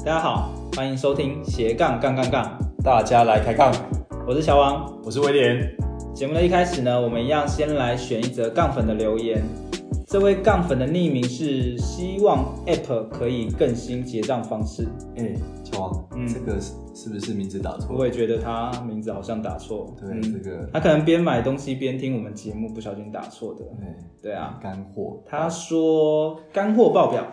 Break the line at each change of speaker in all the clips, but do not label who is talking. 大家好，欢迎收听斜杠杠杠杠，
大家来开杠，
我是小王。
我是威廉。
节目的一开始呢，我们一样先来选一则杠粉的留言。这位杠粉的匿名是希望 App 可以更新结账方式。
哎、小王，
嗯
这个是是不是名字打错？
我也觉得他名字好像打错，
对，
嗯
这个
他可能边买东西边听我们节目，不小心打错的。
对
对啊，
哎干货，
他说干货爆表，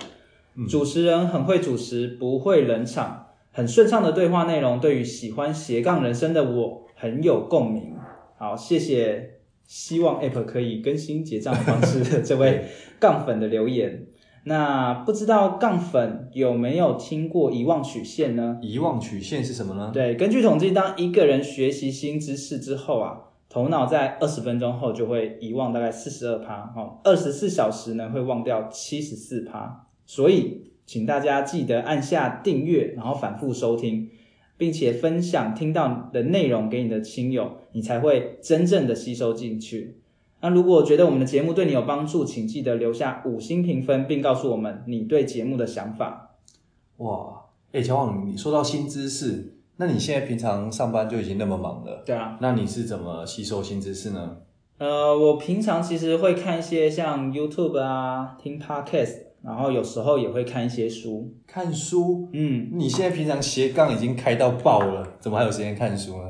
主持人很会主持，不会冷场，很顺畅的对话内容，对于喜欢斜杠人生的我很有共鸣。好，谢谢，希望 App 可以更新结账方式的这位杠粉的留言。那不知道杠粉有没有听过遗忘曲线呢？
遗忘曲线是什么呢？
对，根据统计，当一个人学习新知识之后啊，头脑在二十分钟后就会遗忘大概四十二趴，哦，二十四小时呢会忘掉七十四趴。所以，请大家记得按下订阅，然后反复收听，并且分享听到的内容给你的亲友，你才会真正的吸收进去。那如果觉得我们的节目对你有帮助，请记得留下五星评分，并告诉我们你对节目的想法。
哇，哎、小王，你说到新知识，那你现在平常上班就已经那么忙了，
对啊，
那你是怎么吸收新知识呢？
呃，我平常其实会看一些像 YouTube 啊，听 Podcast，然后有时候也会看一些书。
看书。
嗯
你现在平常斜杠已经开到爆了，怎么还有时间看书呢？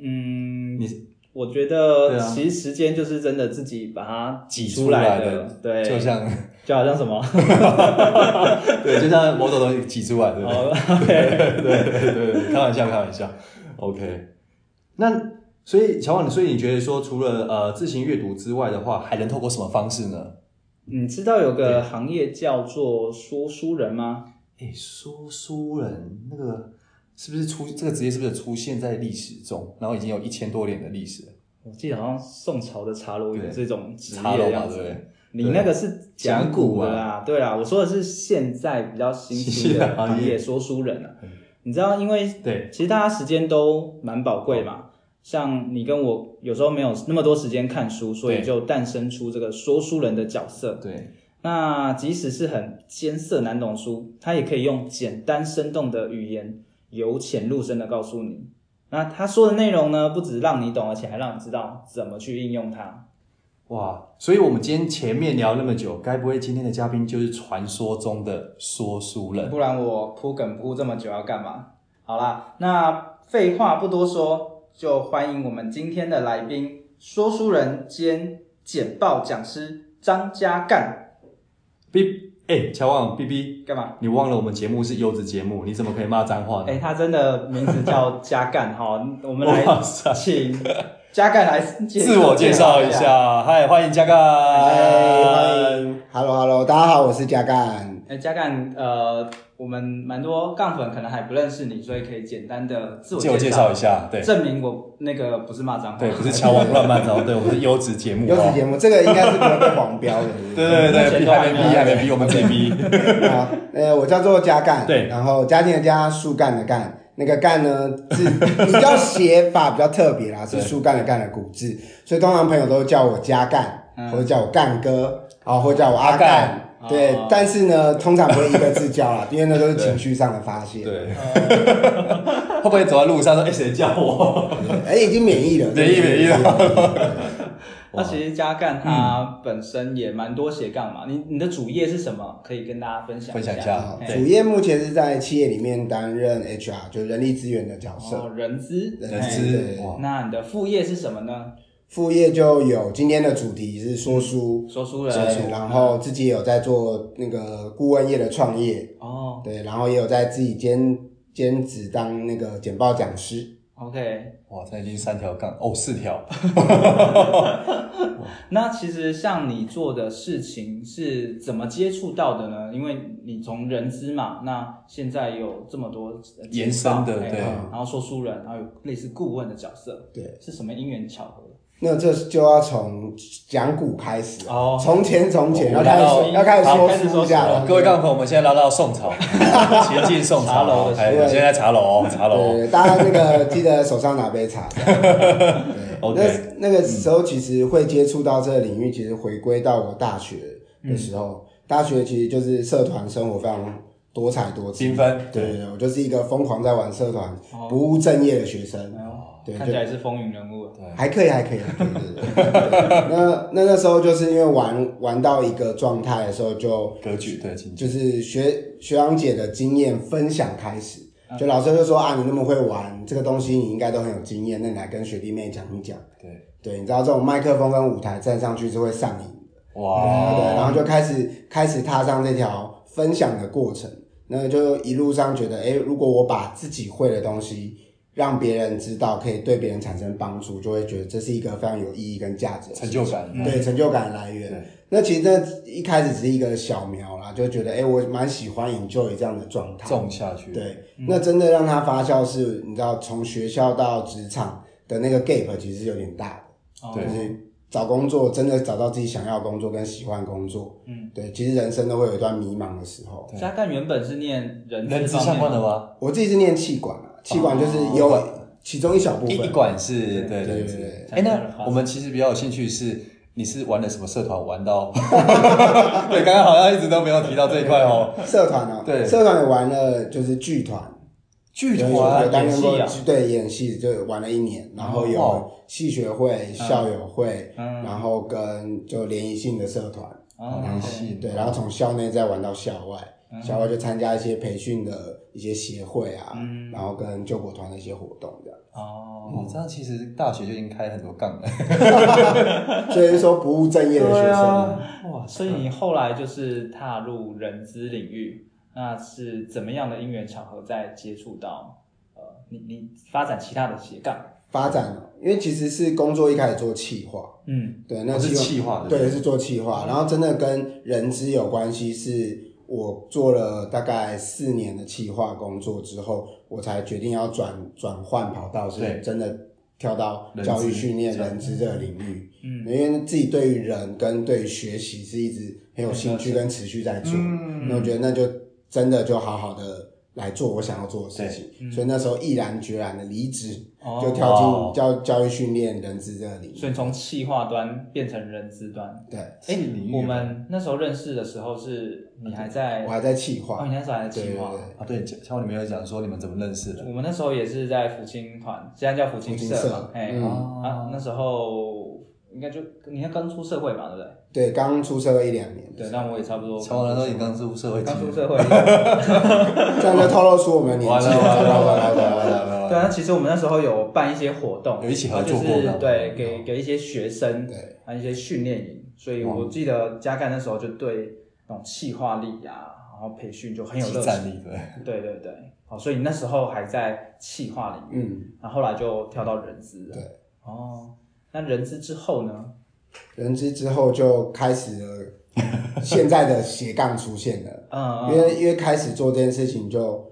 嗯，
你
我觉得
对啊
其实时间就是真的自己把它
挤
出
来
的，对，
就像
就好像什么，
对，就像某种东西挤出来，对不对？
哦
对对对对，开玩笑，开玩笑。OK，那所以小婉，所以你觉得说，除了呃自行阅读之外的话，还能透过什么方式呢？
你知道有个行业叫做说书人吗？
哎，说书人那个是不是出这个职业是不是出现在历史中？然后已经有一千多年的历史了，
我记得好像宋朝的茶楼有
对
这种职
茶
业
楼
的
嘛，
样
对
子
不。对？
你那个是讲古的啦，对啦，我说的是现在比较新兴的行业，说书人啊。你知道，因为
对
其实大家时间都蛮宝贵嘛，像你跟我有时候没有那么多时间看书，所以
对
就诞生出这个说书人的角色。
对，
那即使是很艰涩难懂的书，他也可以用简单生动的语言，由浅入深的告诉你。那他说的内容呢，不只让你懂，而且还让你知道怎么去应用它。
哇！所以我们今天前面聊那么久，该不会今天的嘉宾就是传说中的说书人？
不然我铺梗铺这么久要干嘛？好啦，那废话不多说，就欢迎我们今天的来宾，说书人兼简报讲师张家干。
B，哎，乔旺 B B，
干嘛？
你忘了我们节目是优质节目，你怎么可以骂脏话呢？
哎、他真的名字叫家干哈， 我们来
哇塞
请家干来介
自我介绍一。下，嗨，欢迎加
嗨
干。
Hello Hello，大家好，我是加干。
哎，家干，呃，我们蛮多杠粉可能还不认识你，所以可以简单的自我
自我介绍一下，对
证明我那个不是骂脏话。
对，不是乔王乱漫然后对我们是优质节目，
优质节目这个应该是不会被黄标的。
目，对对对，
目前
比
都还
还
没
没逼，还没逼，我们自己 逼。
对。好，呃，我叫做加干，
对
然后家庭的家，树干的干。那个干呢，字比较写法比较特别啦，是
对
树干的干的古字，所以通常朋友都叫我加干，
嗯
或者叫我干哥，啊，或者叫我阿干。
阿干
对
哦，
但是呢，通常不会一个字叫啦，因为那都是情绪上的发泄。
对，会不会走在路上说，哎，谁叫我？
对，哎，已经免疫了，
免疫免疫
了。
那其实加
嗯
干他本身也蛮多斜杠嘛，你你的主业是什么？可以跟大家分享
分享一
下。
下，
主业目前是在企业里面担任 HR，就是人力资源的角色。
哦，人资，
人
嘿
资
哎对
哎哇，
那你的副业是什么呢？
副业就有今天的主题是说书，
说书人，
对，然后自己也有在做那个顾问业的创业，
哦
对，然后也有在自己兼兼职当那个简报讲师。
，OK。
哇，现在已经三条杠，哦，四条，
那其实像你做的事情是怎么接触到的呢？因为你从人资嘛，那现在有这么多呃
延伸的
嘿
对
然后说书人，然后有类似顾问的角色，
对，
是什么因缘巧合？
那这就要从讲古开始了
哦
从前从前
哦
要开
好
始要开始
好
说
开始
书
说
一下
书
了
了，
各位杠粉，我们现在拉到宋 朝，前进宋
茶楼
朝，
的时
哎，
候
我现在茶楼，哦，茶楼
对，大家那个记得手上拿杯茶。
，OK，嗯
那那个时候其实会接触到这个领域，
嗯
其实回归到我大学的时候，大学其实就是社团生活非常多彩多姿，
缤纷
对对对，我就是一个疯狂在玩社团、
哦
不务正业的学生。
哦
对
看起来是风云人物。
还可以，还可以，还可以。对对 对那那那时候就是因为玩玩到一个状态的时候就，
格局对，经济
就是学学长姐的经验分享开始，
嗯
就老师就说啊，你那么会玩这个东西，你应该都很有经验，那你来跟学弟妹讲一讲。
对，
对，你知道这种麦克风跟舞台站上去是会上瘾的，对，
哇，
然后就开始开始踏上这条分享的过程，那就一路上觉得，哎，如果我把自己会的东西让别人知道，可以对别人产生帮助，就会觉得这是一个非常有意义跟价值的事
成
情
就感，
嗯
嗯
对成就感来
对
源。那其实这一开始只是一个小苗啦，就觉得哎、诶我蛮喜欢 enjoy 这样的状态。
种下去，
对，那真的让它发酵是，你知道从学校到职场的那个 gap 其实有点大
哦
的，
对
就是找工作真的找到自己想要的工作跟喜欢的工作。
嗯，
对，其实人生都会有一段迷茫的时候。
加干原本是念人
人资
方
相
面
关的吗？
我自己是念气管啊，气管就是有、其中一小部
哦一一
分。
管是对
对
人
对
资
对。
哎，
相关的话
那我们其实比较有兴趣是，你是玩了什么社团玩 到？对，刚刚好像一直都没有提到这一块哦。
社团哦、
对
社团也玩了就是剧团，
剧
有
团啊
担任过
演戏
对演戏就玩了一年，然后
哦嗯
有戏学会、校友会，
嗯
然后跟就联谊性的社团，
哦
联系
对，然后从校内再玩到校外，
嗯
校外就参加一些培训的一些协会啊，
嗯
然后跟救国团的一些活动这样，
哦，
哦，这样其实大学就已经开很多杠了。
所以是说不务正业的学
啊
生。啊
哇，所 以你后来就是踏入人资领域，那是怎么样的因缘巧合在接触到呃，你你发展其他的斜杠？
发展哦，因为其实是工作一开始做企划，
嗯，
对，那
哦是企
企划
划的，嗯
对，是做企划，然后真的跟人资有关系，是我做了大概四年的企划工作之后，我才决定要转转换跑道，
对
是真的跳到
人
教育
资
训练
这样
人资这个领域，
嗯
因为自己对于人跟对于学习是一直很有兴趣跟持续在做，
嗯
那我觉得那就真的就好好的。来做我想要做的事情，所以那时候毅然决然的离职，
哦
就
嗯
跳
哇
进教教育训练人资这个领域。
所以从企划端变成人资端。
对，
哎
是领域，
我们那时候认识的时候是你还在
我还在企划
哦，你，那时候还在企划
对对。
啊，对，像你们有讲说你们怎么认识的？
我们那时候也是在福清团，现在叫福清社嘛
福清社，
哎、
嗯
啊，那时候应该就你看刚出社会嘛，对不对？
对，刚出社会一两年，
对，那我也差不多。
乔王那时候你刚出社会，
刚出
会，
社 会，对啊
这样就透露出我们的年
完
纪
了
了。
完了完了完了完了完了，
啊，那其实我们那时候有办一些活动，
有一起合作过
就
的
是对，给给一些学生，啊
对，
还有一些训练营，所以我记得加干那时候就对那种气化力啊，然后培训就很有
激
热
战
情，
力
对
对，
对对，好，所以你那时候还在气化领域，
嗯，
然后后来就跳到人资了，
对，
哦，那人资之后呢？
人资之后就开始了现在的斜杠出现了，
嗯，
因为因为开始做这件事情就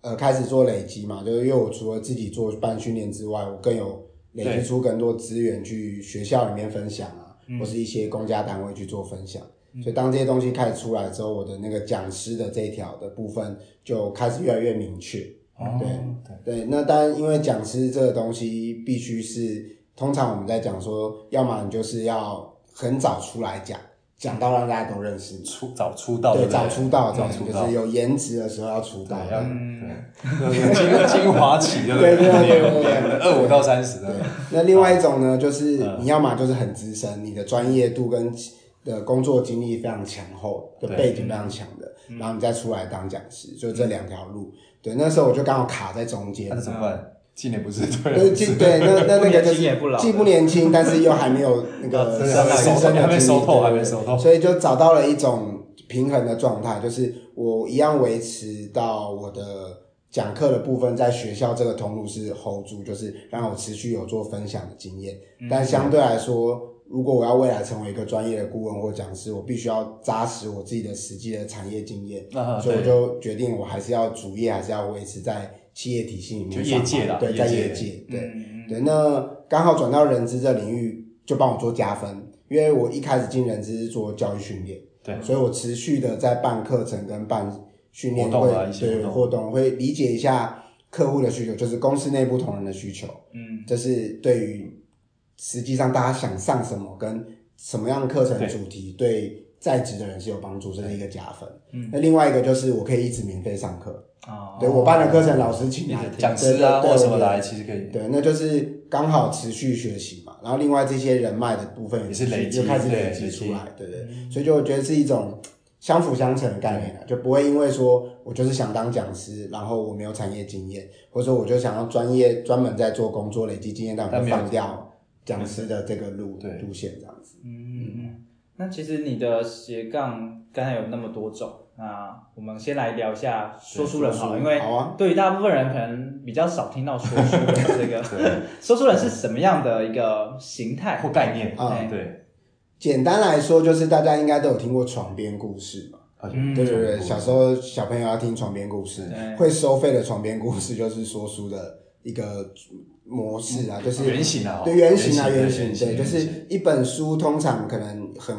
呃开始做累积嘛，就是因为我除了自己做办训练之外，我更有累积出更多资源去学校里面分享啊，或是一些公家单位去做分享。所以当这些东西开始出来之后，我的那个讲师的这一条的部分就开始越来越明确。
哦
对对，那当然，因为讲师这个东西必须是，通常我们在讲说，要么你就是要很早出来讲，讲到让大家都认识你，
出早出道
对，
不嗯
早出道，
早
对
出
就
道哎
是，有颜值的时候要出道
对，，要对，精精华期对不
对对嗯对对对
对，
对
二五到三十
对
的，。
那另外一种呢，就是
嗯
你要么就是很资深，你的专业度跟的工作经历非常强厚，的
对嗯
背景非常强的，然后你再出来当讲师，就这两条路。对，那时候我就刚好卡在中间
那，怎么办？今年不是
对
对，
既对，那那那个就
不年轻也不
是
老
既不年轻，但是又还没有 那个
啊真的
深深
还
的
没
经历
熟透
对
还没熟透
哦所以就找到了一种平衡的状态，就是我一样维持到我的讲课的部分，在学校这个通路是 hold 住，就是让我持续有做分享的经验，
嗯
但相对来说。如果我要未来成为一个专业的顾问或讲师，我必须要扎实我自己的实际的产业经验，
啊
所以我
对
就决定我还是要主业，还是要维持在企业体系里
就
面上班，
业界啦
对，
业
在
界
业界，对，
嗯
对，那刚好转到人资这领域，就帮我做加分，因为我一开始进人资是做教育训练，
对
所以我持续的在办课程跟办训练
活动
会，
啊一些
对
活动
活动会理解一下客户的需求，就是公司内部同仁的需求，
嗯
这是对于实际上大家想上什么跟什么样的课程
对
主题对在职的人是有帮助，这是一个加分。
嗯
那另外一个就是我可以一直免费上课，
哦，
对我办的课程老师请
一
来
直讲师啊
对对对
或什么
对
来，其实可以。
对，那就是刚好持续学习嘛，然后另外这些人脉的部分
也是累积
就开始
对
累
累
积
积
出来，对对所以就我觉得是一种相辅相成的概念啊，就不会因为说我就是想当讲师，然后我没有产业经验，或者说我就想要专业专门在做工作累积经验，但我
但
就
没有
放掉讲师的这个路
对
路线这样子。
嗯，那其实你的斜杠刚才有那么多种，那我们先来聊一下说书人好了，
说书
因为
好啊
对于大部分人可能比较少听到说书人这个，说书人是什么样的一个形态
或？概念
啊
哎
对，
简单来说，就是大家应该都有听过床边故事嘛，
好像
嗯
对对对，小时候小朋友要听床边故事
对，
会收费的床边故事就是说书的一个模式啊，就是
原型啊，
对原型啊
原
原
型
型，对，
原型
就是一本书通常可能很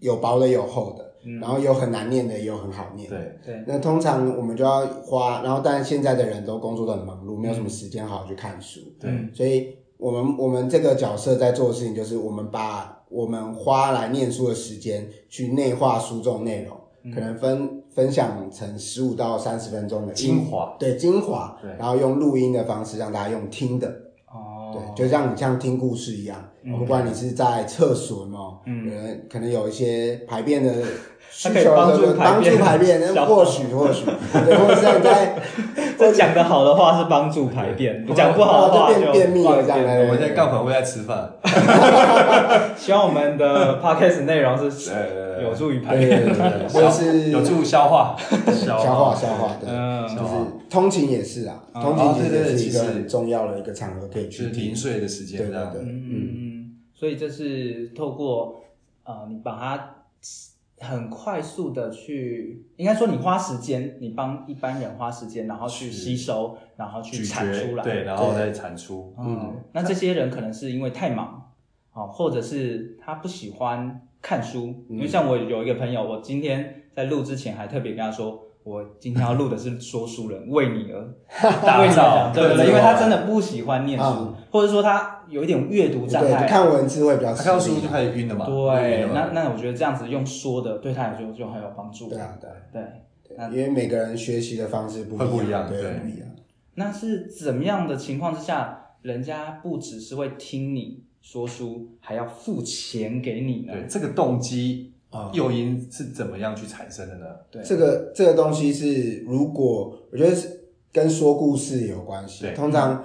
有薄的有厚的，
嗯
然后有很难念的也有很好念。
对，
对，
那通常我们就要花，然后但现在的人都工作的很忙碌，没有什么时间好好去看书，
对
嗯
所以我们我们这个角色在做的事情就是我们把我们花来念书的时间去内化书中内容，
嗯
可能分分享成十五到三十分钟的
精，华，
对精华
对，
然后用录音的方式让大家用听的，
哦
对，，就像你像听故事一样，
嗯
不管你是在厕所嘛，
嗯
有人可能有一些排便的需
它可
求的
以
时
帮
候，
助排
帮
便
助排便，
消
那
化
或许或许，对，或者是你 在
这讲的好的话是帮助排便，
对
讲不好的话
就变便秘了这样
便
对
我们在干粉会在吃饭，
希望我们的 podcast 内容
对
是
对对对
有助于排
对
便。
对对对
消
或者是
有助消化，消
消化消化，对，
嗯
就
消化
是通勤也是啊，
嗯
通勤其
哦
实
对对
也
对
是一
其
个
实
很重要的一个场合可以
就
去
是零
听，
碎的时间
对
这样
对。对
嗯，所以这是透过呃，你把它很快速的去，应该说你花时间，你帮一般人花时间，然后去
是
吸收，然后去
咀
产
嚼
出来。
对，，然后再产出，
嗯，那这些人可能是因为太忙，哦，或者是他不喜欢看书，因为像我有一个朋友，我今天在录之前还特别跟他说。我今天要录的是说书人，为你而
打
为你而
造，
讲，对对
对，
对，因为他真
的
的不喜欢念书
嗯，
或者说他有一点阅读
对
障碍，
就看文字会比较
啊
啊
他
吃
看到书
力
就开始晕了嘛，
对
晕，
那
了嘛
那我觉得这样子用说的，对他来说就很有帮助。
对啊对啊
对，那
对，因为每个人学习的方式不
会不一样
对，
对
不一样。
那是怎么样的情况之下，人家不只是会听你说书，还要付钱给你呢？
对这个动机
啊
诱因是怎么样去产生的呢？
对，
这个这个东西是，如果我觉得是跟说故事有关系
对。
通常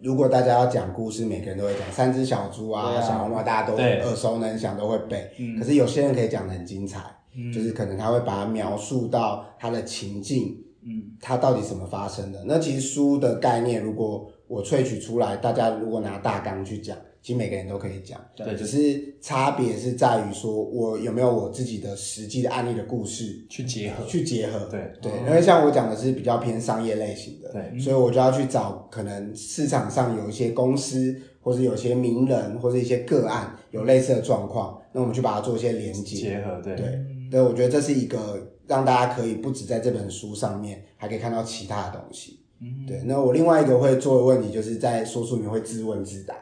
如果大家要讲故事，每个人都会讲三只小猪啊、
对啊
小红帽，大家都
对
耳熟能详，都会背。
嗯
可是有些人可以讲的很精彩，
嗯
就是可能他会把它描述到他的情境，
嗯
它到底怎么发生的。那其实书的概念，如果我萃取出来，大家如果拿大纲去讲，其实每个人都可以讲。
对
对，就
只
是
是差别是在于说，我有没有我自己的实际的案例的故事，
去结合，
去结合。
对
对
哦，
因为像我讲的是比较偏商业类型的，嗯
对
所以我就要去找可能市场上有一些公司，或是有些名人，或是一些个案有类似的状况，那我们去把它做一些连接。
结合，对
对
嗯
对，我觉得这是一个让大家可以不止在这本书上面，还可以看到其他的东西。
嗯，
对，那我另外一个会做的问题，就是在说书里面会自问自答，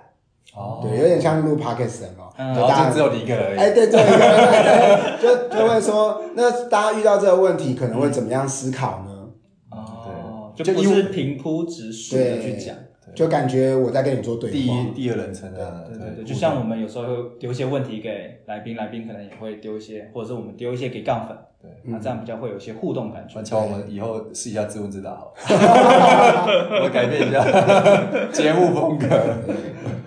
哦
对，有点像录 podcast 有没有
嗯
然
就
后
大家
就只有你一个人而已，
哎、对对对对，就就会说，那大家遇到这个问题，可能会怎么样思考呢？
嗯
哦，
对
就不
就因为
是平铺直叙的去讲。
就感觉我在跟你做对
第
话
一。第二人称啊的，
对对对，就像我们有时候会丢一些问题给来宾，来宾可能也会丢一些，或者是我们丢一些给杠粉，
对，
那这样比较会有一些互动感觉
那。乔，我们以后试一下自问自答好了， 我改变一下节目风格，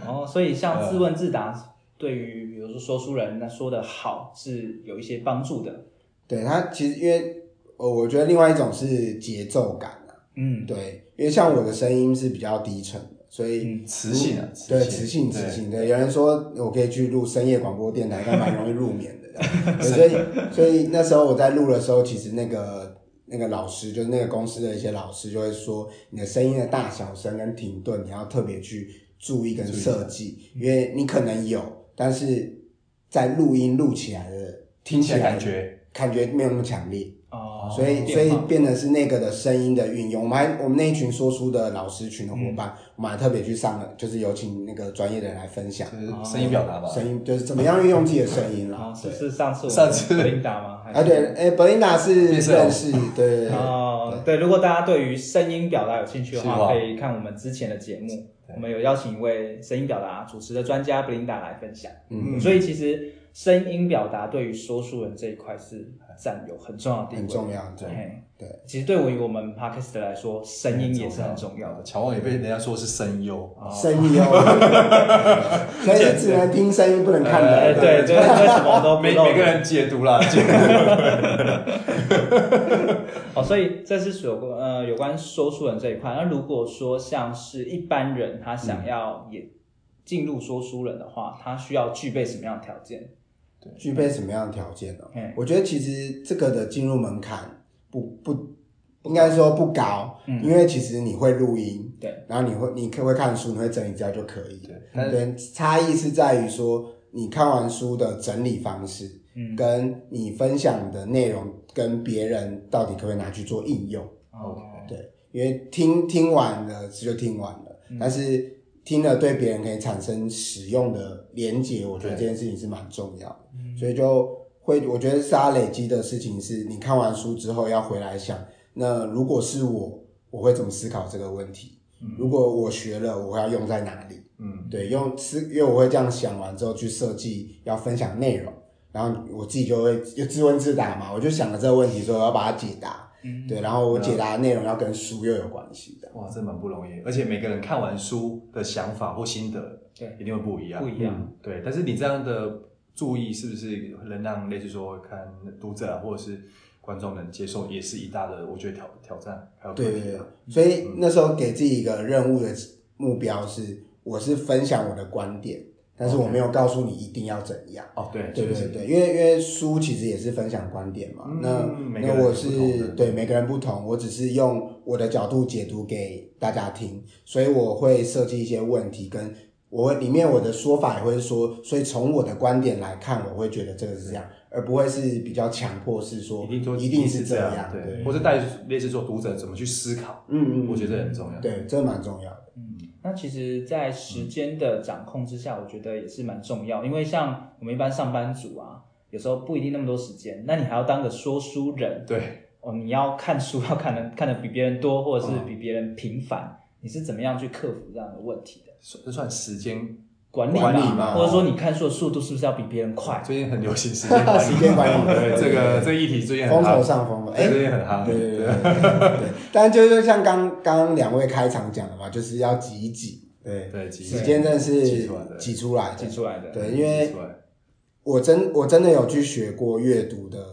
哦，所以像自问自答，对于比如说说书人那说的好是有一些帮助的。
对他其实因为呃，我觉得另外一种是节奏感啊，
嗯，
对，因为像我的声音是比较低沉的，所以、
磁性啊，
对磁性
对
磁性对，有人说我可以去录深夜广播电台，但蛮容易入眠的 这样，对所以所以那时候我在录的时候，其实那个。那个老师就是那个公司的一些老师就会说，你的声音的大小声跟停顿，你要特别去注意跟设计，因为你可能有，但是在录音录起来的
听起来
起来
感觉
感觉没有那么强烈。
哦，
所以，所
变
以
化
变成是那个的声音的运用。我们还我们那一群说书的老师群的伙伴，
嗯
我们还特别去上了，就是有请那个专业的人来分享
啊
就是声音表达吧。
声音，就是怎么样运用自己的声音啦
哦，。是是上次我们
上次
琳达吗？还是
啊，对，哎、b e r i n d a 是
变色龙
认识，对对对，
哦，对，如果大家对于声音表达有兴趣的
是吧
话，可以看我们之前的节目，
对
我们有邀请一位声音表达主持的专家布琳达来分享。
嗯
所以其实声音表达对于说书人这一块是占有很重要的地位，
很重要，对
嘿
对。
其实对于我们 podcast 来说，声音也是很重要的。
乔旺也被人家说是声优，
声音哦， 所以只能听声音，不能看
呃，
人。
对，就是为什么都不
每
露
每个
脸
人解读啦，解
哦，所以这是有关呃有关说书人这一块。那如果说像是一般人他
嗯
想要也进入说书人的话，他需要具备什么样的条件？
具备什么样的条件呢、
嗯
我觉得其实这个的进入门槛不不，应该说不高，
嗯
因为其实你会录音，
对，
然后你会你可会看书，你会整理资料就可以。
对但是
对，差异是在于说你看完书的整理方式，
嗯，
跟你分享的内容跟别人到底可不可以拿去做应用。
哦，
对，因为听听完了就听完了，
嗯
但是听了对别人可以产生使用的连结，我觉
对
得
嗯
这件事情是蛮重要的，所以就会我觉得是他累积的事情是，你看完书之后要回来想，那如果是我，我会怎么思考这个问题？如果我学了，我要用在哪里？
嗯，
对，用思，因为我会这样想完之后去设计要分享内容，然后我自己就会就自问自答嘛，我就想了这个问题，说我要把它解答，
嗯
对，然后我解答的内容要跟书又有关系的，
哇，这蛮不容易。而且每个人看完书的想法或心得，
对，
一定会不一样。
不一样。
对，但是你这样的注意是不是能让类似说看读者啊或者是观众能接受，也是一大的我觉得挑挑战还有
对
问
对
题
对
啊。，
所以
嗯
那时候给自己一个任务的目标是，我是分享我的观点，但是我没有告诉你一定要怎样。
哦，对，
对
是
对
不是
对，因为因为书其实也是分享观点嘛，
嗯每
那
个
那
人
我
是不同的
是对每个人不同，我只是用我的角度解读给大家听，所以我会设计一些问题跟。我会里面我的说法也会说，所以从我的观点来看，我会觉得这个是这样，而不会是比较强迫是说
一定说
一定
是
是这
样，
对，
对，或者带类似说读者怎么去思考，
嗯嗯，
我觉得这很重要。
对，这蛮重要的。
嗯
嗯那其实，在时间的掌控之下，我觉得也是蛮重要，因为像我们一般上班族啊，有时候不一定那么多时间，那你还要当个说书人，
对，
哦，你要看书要看的看的比别人多，或者
嗯
是比别人频繁，你是怎么样去克服这样的问题的？
算这算时间。
管理
管理哦
嘛，
嘛
或者说你看书的速度是不是要比别人快？
最近很流行时间管理，
时间管理
对
对
这个
对对
这议题最近很
风
夯
口上风了，哎、
最近很夯，
对对对对对对，但就是像刚刚两位开场讲的嘛，就是要挤一挤，对，
对，其实
时间真的是
挤出来的
挤出来的
挤出来的
对，因为我真我真的有去学过阅读的，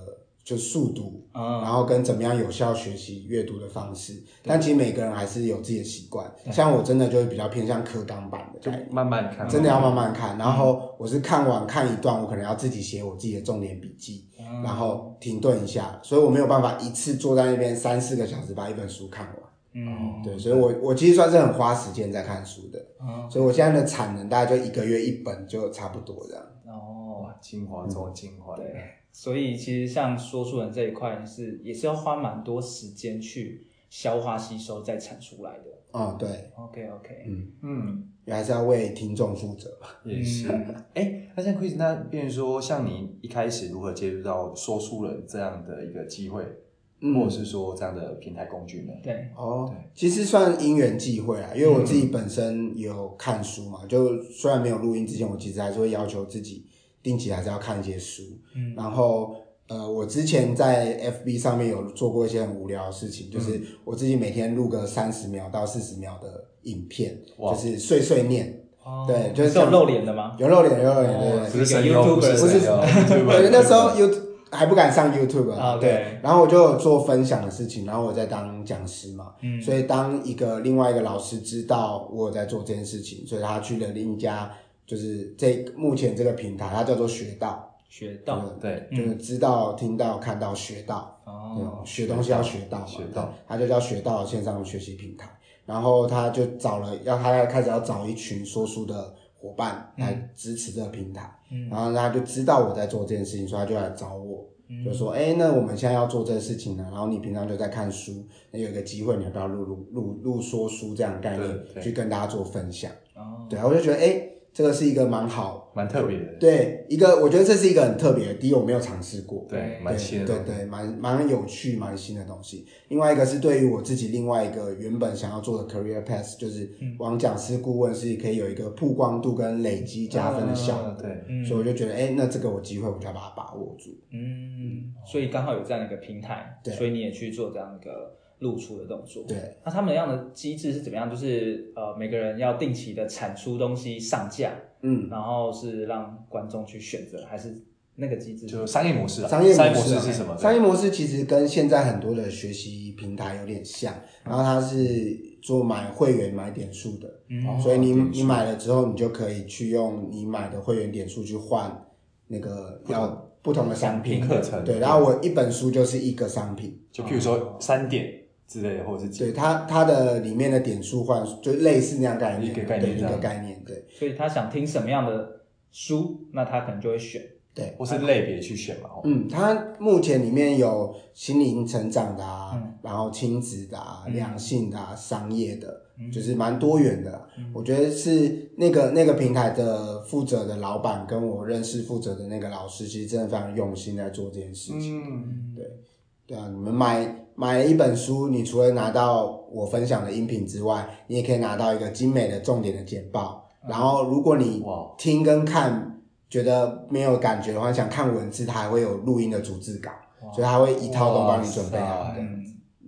就速读，
嗯
然后跟怎么样有效学习阅读的方式，但其实每个人还是有自己的习惯，像我真的就是比较偏向课纲版的
就
概念。
慢慢
嗯
看，
真的要慢慢看，然后我是看完看一段，我可能要自己写我自己的重点笔记，
嗯
然后停顿一下，所以我没有办法一次坐在那边三四个小时把一本书看完。
嗯，
对，所以我我其实算是很花时间在看书的，
嗯
所以我现在的产能大概就一个月一本就差不多这样。
哦，
哇，精华
嗯
中的精华，
对，所以其实像说书人这一块是也是要花蛮多时间去消化吸收再产出来的。
哦、对，
OK OK，
嗯，
还是要为听众负责。
也是。
嗯
嗯
哎，那像 Chris 那变成说，像你一开始如何接触到说书人这样的一个机会，
嗯
或者是说这样的平台工具呢？
嗯对，
哦
对，
其实算因缘际会啊，因为我自己本身有看书嘛，就虽然没有录音之前，我其实还是会要求自己定期还是要看一些书。
嗯
然后呃，我之前在 FB 上面有做过一些很无聊的事情，
嗯
就是我自己每天录个三十秒到四十秒的影片，
哇
就是碎碎念，
哦
对就是
是有
讲
露脸的吗？
有露脸有露脸，对
哦
对对
不是神游，不是
不
神
是，
游，
我那时候 You 还不敢上 YouTube
啊对
对。然后我就有做分享的事情，然后我在当讲师嘛，
嗯
所以当一个另外一个老师知道我有在做这件事情，所以他去了另一家，就是这目前这个平台，它叫做学道，
学到
对，
就是知道、听到、看到、学到，
嗯哦
嗯，学东西要学到嘛，
学到，
它就叫学到线上学习平台。然后他就找了，要他开始要找一群说书的伙伴来支持这个平台，
嗯
然后他就知道我在做这件事情，所以他就来找我，
嗯
就说，哎、那我们现在要做这个事情啊呢、然后你平常就在看书，那有一个机会，你要不要录录录录说书这样的概念
对对
去跟大家做分享？
哦，
对啊，我就觉得，哎、这个是一个蛮好，
蛮特别的，
对，一个我觉得这是一个很特别的，第一我没有尝试过，
对，
对
蛮新的
对
东西，
对对，蛮蛮有趣、蛮新的东西。另外一个是对于我自己另外一个原本想要做的 career path，就是往讲师顾问是可以有一个曝光度跟累积加分的效
啊
果，
对，
嗯
所以我就觉得，哎、那这个我机会我就要把它把握住。
嗯，所以刚好有这样一个平台，
哦对
所以你也去做这样一个露出的动作。
对，
那他们那样的机制是怎么样？就是呃，每个人要定期的产出东西上架，
嗯，
然后是让观众去选择，还是那个机制？
就商业模式啊，
商业模式啊
模式是什么？
商业模式其实跟现在很多的学习平台有点像，
嗯
然后它是做买会员买点数的，
哦
嗯
所以你
点数
你买了之后，你就可以去用你买的会员点数去换那个要不同的商品
品课程
对，然后我一本书就是一个商品，
就譬如说三点之类的，或者是几
对它它的里面的点数换就类似那样概念，
一个概念
对一
这
个
样
概念，对
所以他想听什么样的书，那他可能就会选。
对。
或是类别去选嘛。哦
嗯，它目前里面有心灵成长的啊，
嗯
然后亲子的啊，
嗯
两性的啊，商业的，
嗯
就是蛮多元的啦、啊
嗯
我觉得是那个那个平台的负责的老板跟我认识负责的那个老师，其实真的非常用心在做这件事情。
嗯，
对，
对啊，你们买买了一本书，你除了拿到我分享的音频之外，你也可以拿到一个精美的重点的简报。
嗯
然后，如果你
哇，
听跟看觉得没有感觉的话，想看文字，它还会有录音的逐字稿，
哦
所以它会一套都帮你准备
哇
好。
塞
嗯，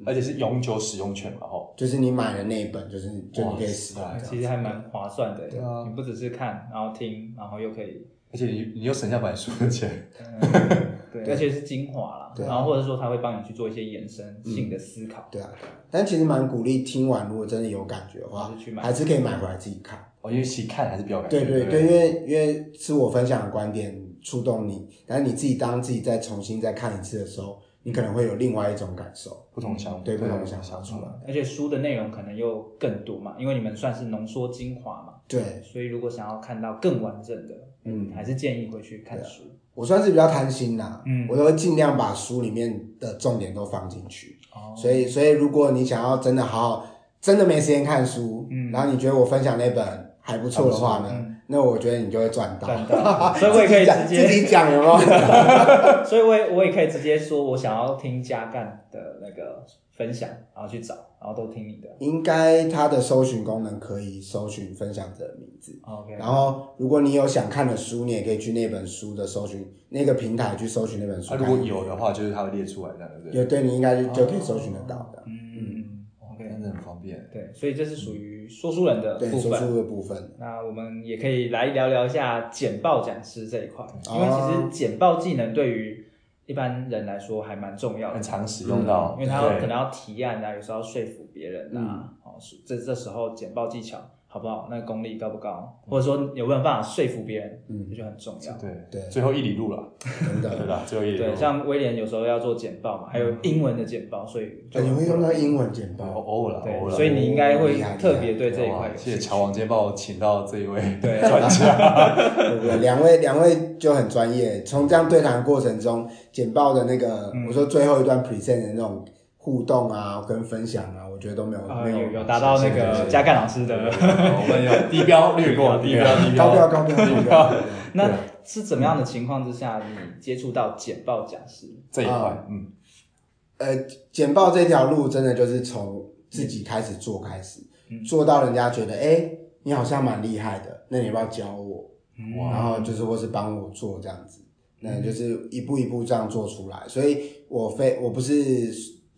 而且是永久使用权嘛，吼。
就是你买了那一本，就是就你可以使用
哇。塞
其实还蛮划算的。
对啊
你不只是看，然后听，然后又可 以，
而且你你又省下买书的钱，
嗯对，而且是精华啦。
对啊嗯
然后或者说他会帮你去做一些延伸性的思考。
对啊，但其实蛮鼓励听完，如果真的有感觉的话
还是去，买
还是可以买回来自己看。
哦，因为其实看还是比较感觉。
对对对，因为因为是我分享的观点触动你，但是你自己当自己再重新再看一次的时候，你可能会有另外一种感受。
不同想法，
对不同想法出来
而且书的内容可能又更多嘛，因为你们算是浓缩精华嘛，
对
所以如果想要看到更完整的，嗯，还是建议回去看书。
我算是比较贪心啦，
嗯
啊我都会尽量把书里面的重点都放进去。
哦
所以所以如果你想要真的好好，真的没时间看书，
嗯
然后你觉得我分享那本还不错的话呢，
嗯
那我觉得你就会赚到。
赚到所以我也可以直接
自己讲自己讲有没有？
所以我也我也可以直接说我想要听加干的那个分享，然后去找，然后都听你的。
应该它的搜寻功能可以搜寻分享者的名字。
OK，
然后，如果你有想看的书，你也可以去那本书的搜寻那个平台去搜寻那本
啊
书。
啊他如果有的话，就是他会列出来这样，对不对？
有对你应该就就
哦
可以搜寻得到的。
嗯
这
，OK，
样子很方便。
对，所以这是属于说书人的
对，
部
说
分。
书的部分，
那我们也可以来聊聊一下简报讲师这一块，因为
哦
其实简报技能对于一般人来说还蛮重要的
很，常使用到，
因
嗯
为他要
对
可能要提案啊，有时候要说服别人啊，哦，是这这时候简报技巧好不好，那个功力高不高，或者说有没有办法说服别人，
嗯
这就很重要。
对
对嗯
最后一里路了，
真
对
的。
吧？最后一里
对，
路，
像威廉有时候要做简报嘛，还有英文的简报，所以 就
哎你会用到英文简
对
报？
哦偶尔了，偶尔
对，
啦
所以你应该会
厉害厉害
特别对这一
哇
块有
谢谢
兴趣。
乔王今天帮我请到这一位
对
专 家，
对不对？两位两位就很专业，从这样对谈过程中，简报的那个、
嗯
我说最后一段 present 的那种互动啊，跟分享啊，我觉得都没有、
啊，
没
有
有
有达到那
谢谢
个
谢
加干老师的，
我们有低标略过，低标低
高
标
调 高调高调。
那是怎么样的情况之下你接触到简报讲师？
这一块
啊，
嗯，
呃，简报这条路真的就是从自己开始做开始，
嗯
做到人家觉得哎、诶你好像蛮厉害的，那你要不要教我？
哇
然后就是或是帮我做这样子，那
嗯
就是一步一步这样做出来。所以我非我不是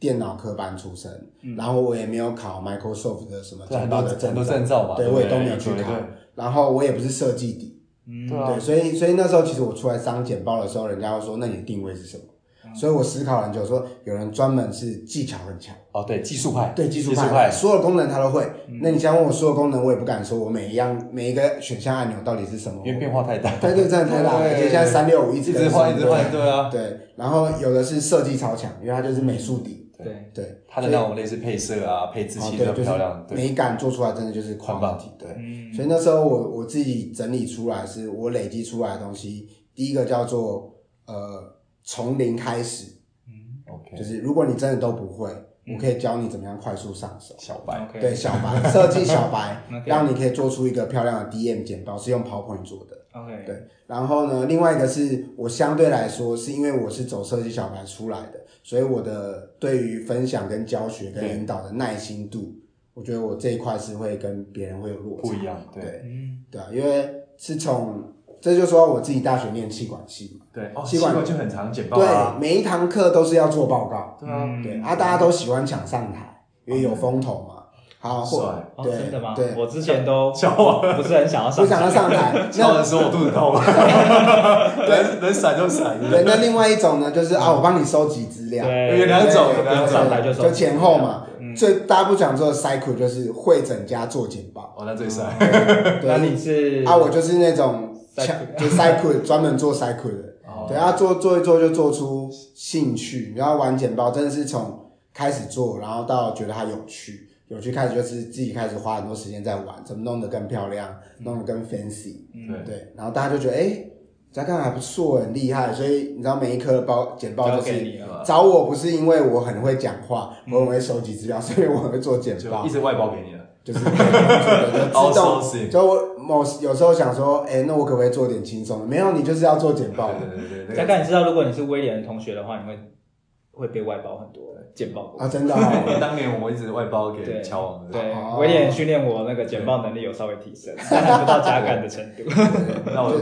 电脑科班出身，然后我也没有考 Microsoft 的什么
嗯对
简
很多
报的
很
证
多
照
证，照嘛，
对
不
我也都没有去
对
考
对
然后我也不是设计底，
嗯
对啊
对，所以所以那时候其实我出来商简报的时候，人家会说那你的定位是什么？
嗯
所以我思考很久，说有人专门是技巧很强，
哦，对技术派，
对技术
技术
派，
派嗯
所有功能他都会。那你想问我所有功能，我也不敢说我每一样每一个选项按钮到底是什么，
因为变化太大，
对对，真的太大，
对
而且现在三六五一
一
直
直换，一直换，
对。
对啊，
对，然后有的是设计超强，因为它就是美术底，
对，
对，
它的那种类似配色啊、配置
哦
器
对
都很
就
漂亮，
是
对，
美感做出来真的就是
很
狂
棒
体，对。
嗯，
所以那时候我我自己整理出来，是我累积出来的东西，第一个叫做呃从零开始，
嗯
OK，
就是如果你真的都不会，
嗯
我可以教你怎么样快速上手。
小白，
OK，
对，小白设计 小白
OK，
让你可以做出一个漂亮的 DM 简报，是用 PowerPoint 做的。
，OK，
对，然后呢，另外一个是我相对来说是因为我是走设计小白出来的，所以我的对于分享跟教学跟
对
引导的耐心度，我觉得我这一块是会跟别人会有落差，
不一样对
对
嗯，
对啊，因为是从这就说我自己大学念气管系嘛，
对，哦，
习
习
惯
惯就很常简报
对，
啊，
每一堂课都是要做报告，
对啊，
嗯
对啊，大家都喜欢抢上台，因为有风头嘛，好，或
嗯帅，
哦，
对
真的吗？
对
我之前都
小 王，
不是很想要上，
不想要上台，那
敲的时候我肚子痛， 能能闪就闪，
对，那另外一种呢，就是
嗯
啊，我帮你收集资料。
对，
有两种
对
有两种
上台就
对
收集
就前后嘛
嗯。
最大家不讲做的 cycle 就是会整家做简报。
哦，那最帅，
嗯
那
对
你是
啊，我就是那种
cycle
像就 cycle 专门做 cycle 的。
哦
对啊，做做一做就做出兴趣，然后玩简报真的是从开始做，然后到觉得它有趣，有趣开始就是自己开始花很多时间在玩，怎么弄得更漂亮，弄得更 fancy。
嗯
对
对，然后大家就觉得，哎、翟刚还不错，很厉害，所以你知道每一科包简报
交
就
给
是
你了，
找我，不是因为我很会讲话，我很会收集资料，所以我很会做简
就
报
一，直外包给你了，
就是对就自动。
outsourcing，
就我某时有时候想说，哎、那我可不可以做点轻松的？没有，你就是要做简报
对对对对，
大
那
概你知道，如果你是威廉的同学的话，你会会被外包很多简报工
啊，
作。
真的、
个因 为
哦。
当年我一直外包给
对
乔王的，
对
哦，
威廉训练我那个简报能力有稍微提 升，但还不到加干的程度。
那我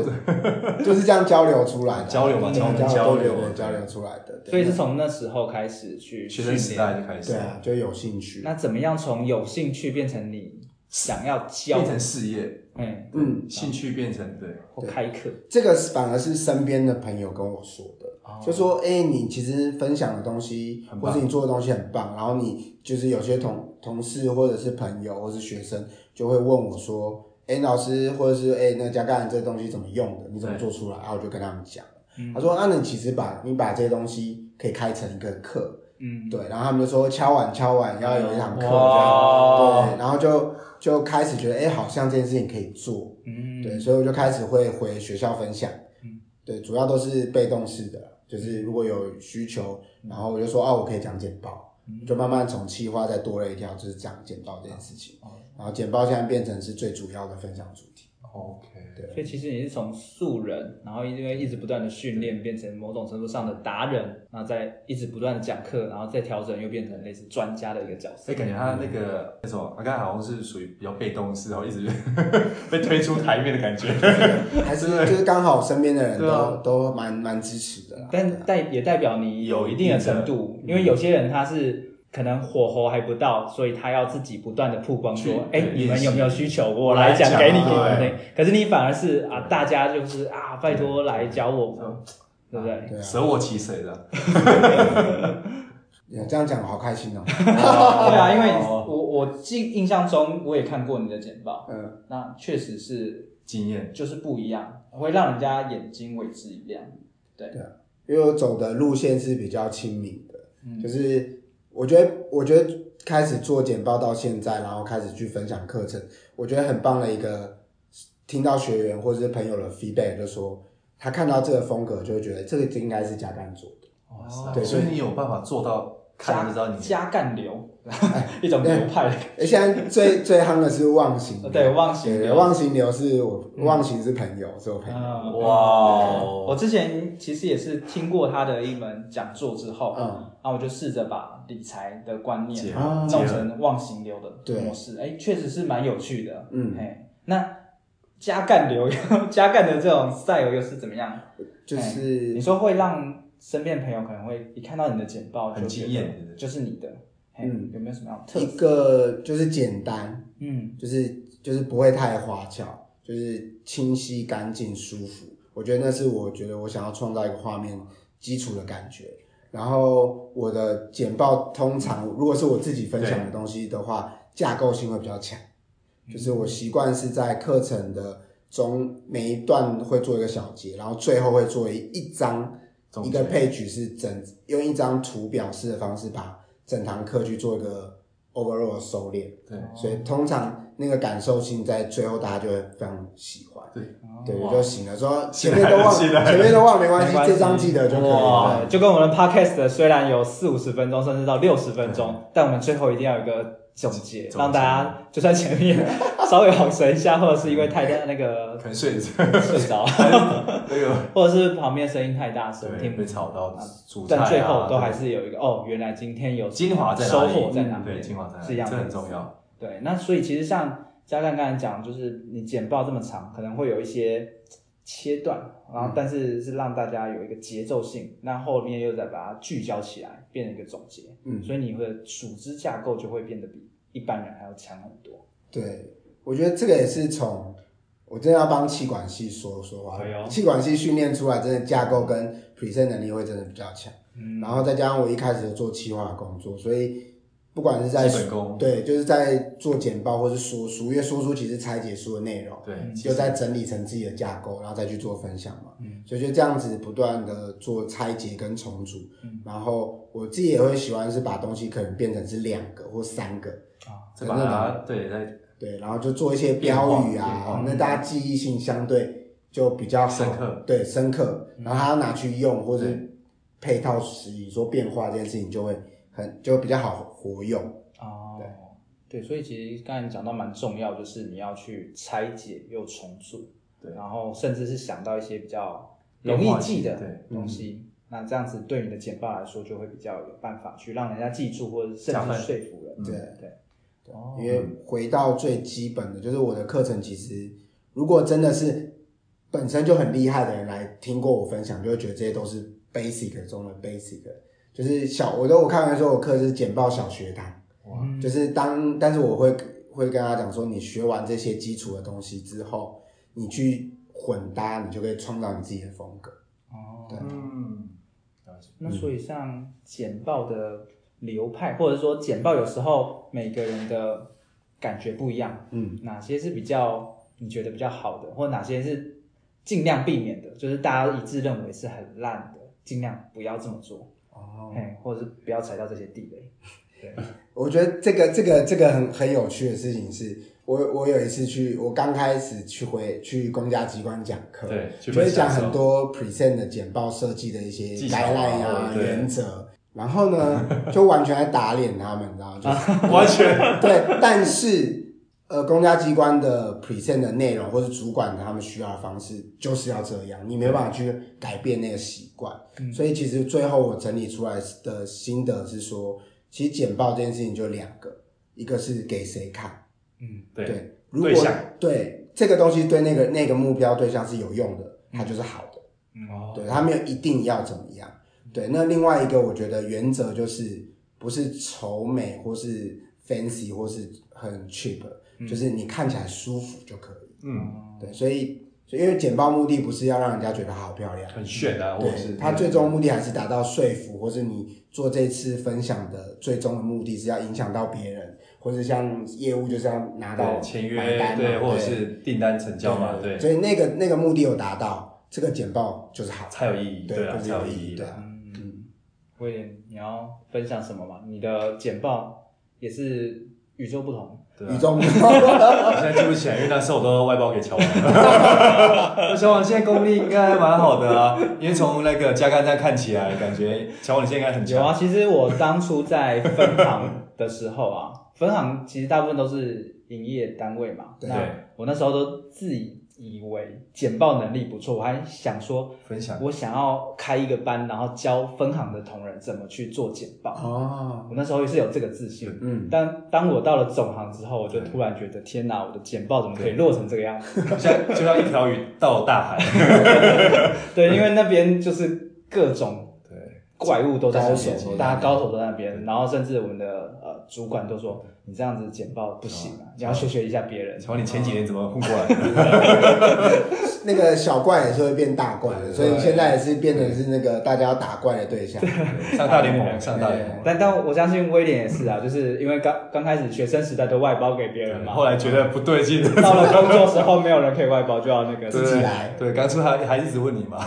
就是这样交流出来的，
交流嘛
对
交流
交
交流
对交流出来的，对
所以是从那时候开始去
学
训
生
练。
时代就开始
对，啊，就有兴趣。
那怎么样从有兴趣变成你想要教
变？成事业，
嗯，
嗯，
兴趣变成对，
或开课。
这个是反而是身边的朋友跟我说的，就说哎、欸你其实分享的东西，
哦很
或
棒
是你做的东西很棒，然后你就是有些同同事或者是朋友或是学生就会问我说，哎、老师或者是哎、欸那加干这东西怎么用的，你怎么
对
做出来？然啊后我就跟他们讲，
嗯
他说啊那、你其实把你把这些东西可以开成一个课，
嗯，
对，然后他们就说敲碗敲碗要有一堂课这
哇
样，对，然后就就开始觉得哎、欸好像这件事情可以做，
嗯，
对，所以我就开始会回学校分享。
嗯
对，主要都是被动式的，就是如果有需求，然后我就说哦，我可以讲简报，
嗯
嗯
就慢慢从企划再多了一条，就是讲简报这件事情。
哦
然后简报现在变成是最主要的分享主 题。
OK，
所以其实你是从素人，然后因为一直不断的训练，变成某种程度上的达人，然后再一直不断的讲课，然后再调整，又变成类似专家的一个角
所
色
以。感觉他那
嗯
个那种，他刚才好像是属于比较被动式，然后一直 被推出台面的感觉。
还是
真的
就是刚好身边的人
对
都、
啊
都蛮蛮支持的啦。对
但
啊
代也代表你有一定的程度，因为有些人他是可能火候还不到，所以他要自己不断的曝光说，
去
哎、
对
你
练
们
习
有没有需求，我
我
来
来
讲
讲
给你听。
啊
对可是你反而是啊，大家就是啊，拜托来教我们，对不对？
对啊，
舍我其谁的，啊
有这样讲我好开心哦、
对
对
啊，因为我我记印象中我也看过你的简报，
嗯，
那确实是
经验
就是不一样，会让人家眼睛为之一亮。
因为我走的路线是比较亲民的，
嗯
就是我觉得，我觉得开始做简报到现在，然后开始去分享课程，我觉得很棒的一个，听到学员或者是朋友的 feedback 就说，他看到这个风格就会觉得这个应该是加干做的，
哦
哇塞
对
所以你有办法做到看就知道你
加干流，一种流派的
而现在最最夯的是忘形 流，
对忘形流
对忘形流是我忘形是朋友，是我朋友，
嗯
哇哦
我之前其实也是听过他的一门讲座之后，
嗯
然后我就试着把理财的观
结
念
合
啊
弄成忘形流的
对
模式，哎，确实是蛮有趣的。
嗯
哎，那加干流 加干的这种 style 又是怎么样？
就
哎
是
你说会让身边的朋友可能会一看到你的简报
很
就觉
惊艳对不
得
对
就是你的，嘿
嗯
有没有什么样的特
一
色？
个就是简单，
嗯
就是就是不会太花俏，就是清晰、干净、舒服。我觉得那是我觉得我想要创造一个画面基础的感觉。然后我的简报通常如果是我自己分享的东西的话，架构性会比较强，
嗯
就是我习惯是在课程的中每一段会做一个小结，然后最后会做一一张
总
一
结
个 page 是整用一张图表示的方式把整堂课去做一个 overall 收敛，
对
所以通常那个感受性在最后大家就会非常喜欢，
对，
对，
哦哇
就醒了说
醒
前
来
面都忘，
了醒来了
前面都忘没关系
没，关系
这张记得就可以
哇
了
对，。就跟我们的 podcast 虽然有四五十分钟，甚至到六十分钟，但我们最后一定要有一个总结，
总结
让大家就算前面 稍微晃神一下，或者是因为太大那个
可能睡着
睡着，
那个
或者是旁边声音太大声
对
听不
被吵到煮菜啊，
但最后都
对
还是有一个哦，原来今天有
精华在
收
哪里？嗯
获在哪
对，
边
精华在哪
是一
里？
样
这
的
很
意思
重要。
对，那所以其实像嘉亮刚才讲，就是你简报这么长，可能会有一些切断，然
嗯
后但是是让大家有一个节奏性，那后面又再把它聚焦起来，变成一个总结。
嗯
所以你的组织架构就会变得比一般人还要强很多。
对，我觉得这个也是从我真的要帮气管系说说话
哎呦，
气管系训练出来真的架构跟 present 能力会真的比较强，
嗯
然后再加上我一开始有做企划的工作，所以不管是在
基本功
对，就是在做简报或是说书，因为说书其实拆解书的内容，
对，
嗯
其
就
实
再整理成自己的架构，然后再去做分享嘛。
嗯
所以就这样子不断的做拆解跟重组，
嗯
然后我自己也会喜欢是把东西可能变成是两个或三个，
啊，
再把它对
嗯
再
对，然后就做一些标语
变化变化
啊，那大家记忆性相对就比较好
深刻，嗯
对，深刻，然后他要拿去用或
对
是配套使用，说变化这件事情就会很就比较好活用，
哦，对，所以其实刚才你讲到蛮重要，就是你要去拆解又重组，
对
然后甚至是想到一些比较
变
容
化
易记
性
的
对嗯
东西。那这样子对你的简报来说，就会比较有办法去让人家记住，或者甚
加
至
分
是说服人。
嗯
对。
对，哦
因为回到最基本的，就是我的课程其实，如果真的是本身就很厉害的人来听过我分享，就会觉得这些都是 basic 中的 basic，就是小，我都我开玩笑说我课是简报小学堂，
哇，
嗯
就是当，但是我会会跟他讲说，你学完这些基础的东西之后，你去混搭，你就可以创造你自己的风格。
哦，
对
嗯，了解
那所以像简报的流派，或者说简报有时候每个人的感觉不一样，
嗯，
哪些是比较你觉得比较好的，或哪些是尽量避免的，就是大家一致认为是很烂的，尽量不要这么做，
哦
哎、或者是不要踩到这些地雷。
我觉得这个这个这个很很有趣的事情是，我我有一次去，我刚开始去回去公家机关讲课，
对去
就会
分享
讲
的时候
很多 present 的简报设计的一些
技巧啊
guideline 啊
对
原则，然后呢就完全在打脸他们，你知道吗？ 就是
完全
对，但是呃，公家机关的 present 的内容或是主管他们需要的方式就是要这样，你没办法去改变那个习惯。
嗯
所以其实最后我整理出来的心得是说，其实简报这件事情就两个，一个是给谁看，
嗯，
对
如果
对象
对这个东西对那个那个目标对象是有用的，它就是好的。
哦
对，他没有一定要怎么样。
嗯
对，那另外一个我觉得原则就是不是丑美或是 fancy 或是很 cheap，、就是你看起来舒服就可以。
嗯，
对，所以所以因为简报目的不是要让人家觉得好漂亮，
很炫啊，或者是
对，它嗯最终目的还是达到说服，或是你做这次分享的最终的目的是要影响到别人，或是像业务就是要拿
对
到
签
买单
约对，
嘛
或者是订单成交嘛，对，
所以那个那个目的有达到，这个简报就是好，
才有意义，
对
对啊，
就是
才有
有意
意
义
义
对
的，
啊
嗯，威廉，你要分享什么吗？你的简报也是与众不同。
对啊
与众不同。
我 现在记不起来，因为那时候我都外包给乔王。那乔王现在功力应该蛮好的啊，因为从那个加干站看起来，感觉乔王你现在应该很
有
强。
啊，其实我当初在分行的时候啊， 分行其实大部分都是营业单位嘛。
对
那我那时候都自以为简报能力不错，我还想说，
分享
我想要开一个班，然后教分行的同仁怎么去做简报。
哦，
我那时候也是有这个自信，
嗯，
但当我到了总行之后，我就
对
突然觉得，天哪，我的简报怎么可以
对
落成这个样子？
就像就像一条鱼到大海，
对，因为那边就是各种
对，
怪物都在那
高手都在
边，
那边
大家高手都在那边，
对
然后甚至我们的呃主管都说你这样子简报不行啊，
哦
你要学学一下别人。
乔王你前几年怎么混过来的？
那个小怪也是会变大怪的，
对
所以你现在也是变成是那个大家要打怪的对象。
上大联盟，上大联
对
盟。
但但我相信威廉也是啊，就是因为刚刚开始学生时代都外包给别人
对
嘛，
后来觉得不对劲，
到了工作时候没有人可以外包，就要那个
对
自己来
对，刚出还还一直问你嘛，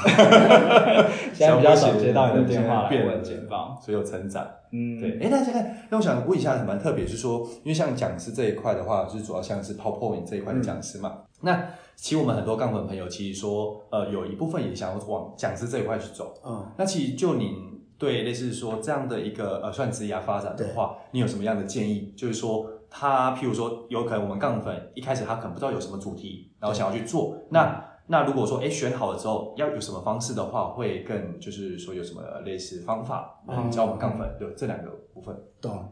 现在比较少接到你的电话来
变了
问简报。
所以有成长。
嗯，
对，，哎，那现在那我想问一下，蛮特别，是说，因为像讲师这一块的话，就是主要像是 PowerPoint 这一块
嗯
的讲师嘛。那其实我们很多杠粉朋友，其实说，呃，有一部分也想要往讲师这一块去走。
嗯，
那其实就您对类似说这样的一个呃算职涯发展的话，你有什么样的建议？就是说他，譬如说有可能我们杠粉一开始他可能不知道有什么主题，然后想要去做，
嗯
那。那如果说哎选好了之后要有什么方式的话，会更就是说有什么类似方法
嗯
教我们杠粉？对这两个部分，
懂。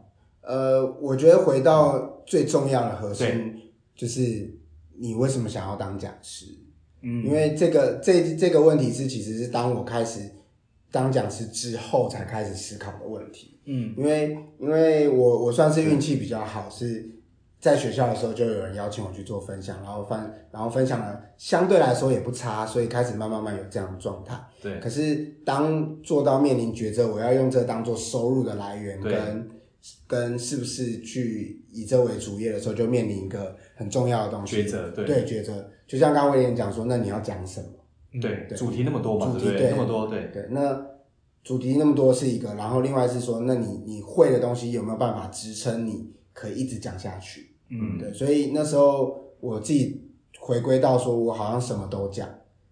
呃，我觉得回到最重要的核心，就是你为什么想要当讲师？
嗯，
因为这个这这个问题是，其实是当我开始当讲师之后才开始思考的问题。
嗯
因为因为我我算是运气比较好，是在学校的时候就有人邀请我去做分享，然后分然后分享了相对来说也不差，所以开始慢慢慢有这样的状态。
对
可是当做到面临抉择，我要用这当做收入的来源，
对
跟跟是不是去以这为主业的时候，就面临一个很重要的东西
抉择对
对抉择。就像刚刚威廉讲说，那你要讲什么？
对
对
主题那么多嘛，
主
对
题
不对？
对
那么多对
对，那主题那么多是一个，然后另外是说，那你你会的东西有没有办法支撑你可以一直讲下去？
嗯
对，所以那时候我自己回归到说，我好像什么都讲，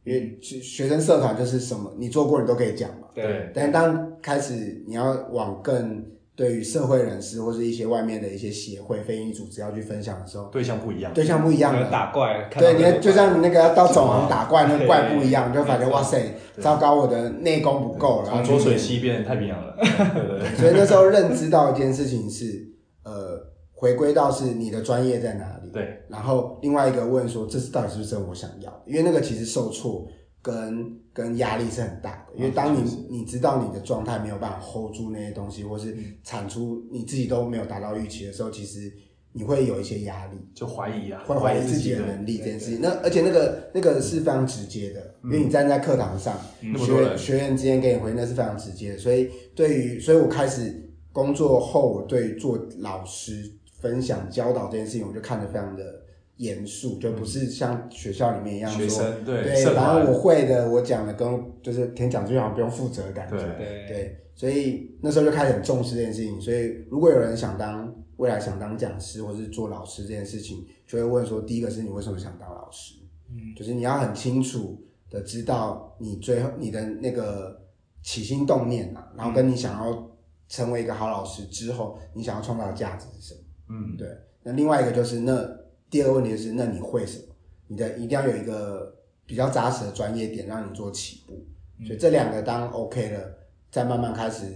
因为学学生社团就是什么你做过你都可以讲嘛。
对，
但当开始你要往更对于社会人士或是一些外面的一些协会、非营组织要去分享的时候，
对象不一样，
对象不一样
有
了，
打怪，看
对，
到
你
有
看，
打
就像你那个要到总行打怪，那
对
怪不一样，就发
没
觉
错
哇塞，糟糕，我的内功不够，然后
从
就
浊水溪变成太平洋了，对对对
所以那时候认知到一件事情是，呃，回归到是你的专业在哪里，
对，
然后另外一个问说，这是到底是不是真的我想要的？因为那个其实受挫跟跟压力是很大的，因为当
嗯确实
你你知道你的状态没有办法 hold 住那些东西，或是产出你自己都没有达到预期的时候，其实你会有一些压力。
就怀疑啊，
会怀疑自己的
对
能力这件事情。那而且那个那个是非常直接的，因为你站在课堂上，
嗯那么多人
学学员之间给你回应那是非常直接的。所以对于，所以我开始工作后，我对做老师分享教导这件事情，我就看得非常的严肃，就不是像学校里面一样
学
说，
生对
对，
社
反
团
正我会的，我讲的跟就是填讲就好像不用负责的感觉。
对
对
对，所以那时候就开始很重视这件事情。所以如果有人想当未来想当讲师或是做老师这件事情，就会问说：第一个是你为什么想当老师？
嗯
就是你要很清楚的知道你最后你的那个起心动念啊，然后跟你想要成为一个好老师之后，你想要创造的价值是什么？
嗯
对。那另外一个就是那第二个问题就是那你会什么？你的一定要有一个比较扎实的专业点让你做起步。所以这两个当 OK 了，再慢慢开始，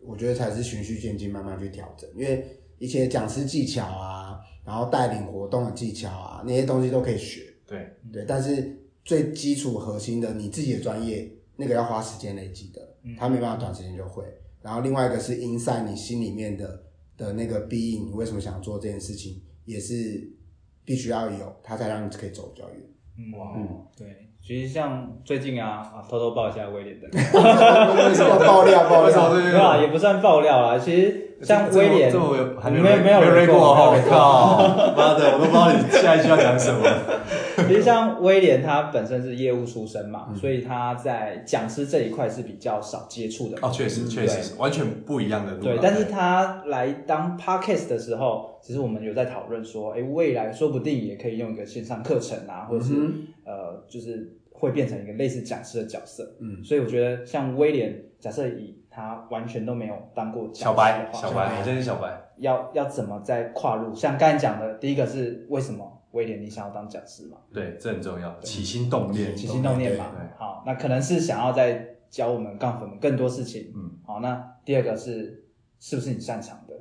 我觉得才是循序渐进，慢慢去调整。因为一些讲师技巧啊，然后带领活动的技巧啊，那些东西都可以学，
对
对。但是最基础核心的你自己的专业，那个要花时间累积的，他没办法短时间就会。然后另外一个是 inside 你心里面的的那个 b e 你为什么想做这件事情，也是必须要有，它才让你可以走比较远。
哇
嗯
对，其实像最近啊，啊偷偷爆一下威廉的，
为什么爆料爆
为什
料
么？对
没有啊，也不算爆料啦。其实像威廉，
这么有还
没
没有
没有
瑞
人
过，哦
没有
我
人
靠，妈的，我都不知道你下一句要讲什么。
其实像威廉他本身是业务出身嘛，所以他在讲师这一块是比较少接触的。
哦，确实确实是完全不一样的路啊。
对，但是他来当 podcast 的时候，其实我们有在讨论说，哎，未来说不定也可以用一个线上课程啊，或者是、
嗯
呃，就是会变成一个类似讲师的角色。
嗯
所以我觉得像威廉，假设以他完全都没有当过讲
小
师的
白
话
小白，我真是小白，
要要怎么再跨入？像刚才讲的，第一个是为什么威廉你想要当讲师嘛，
对，这很重要，起心动念，
起心动念嘛
对对。
好，那可能是想要再教我们杠粉们更多事情。
嗯，
好，那第二个是是不是你擅长的？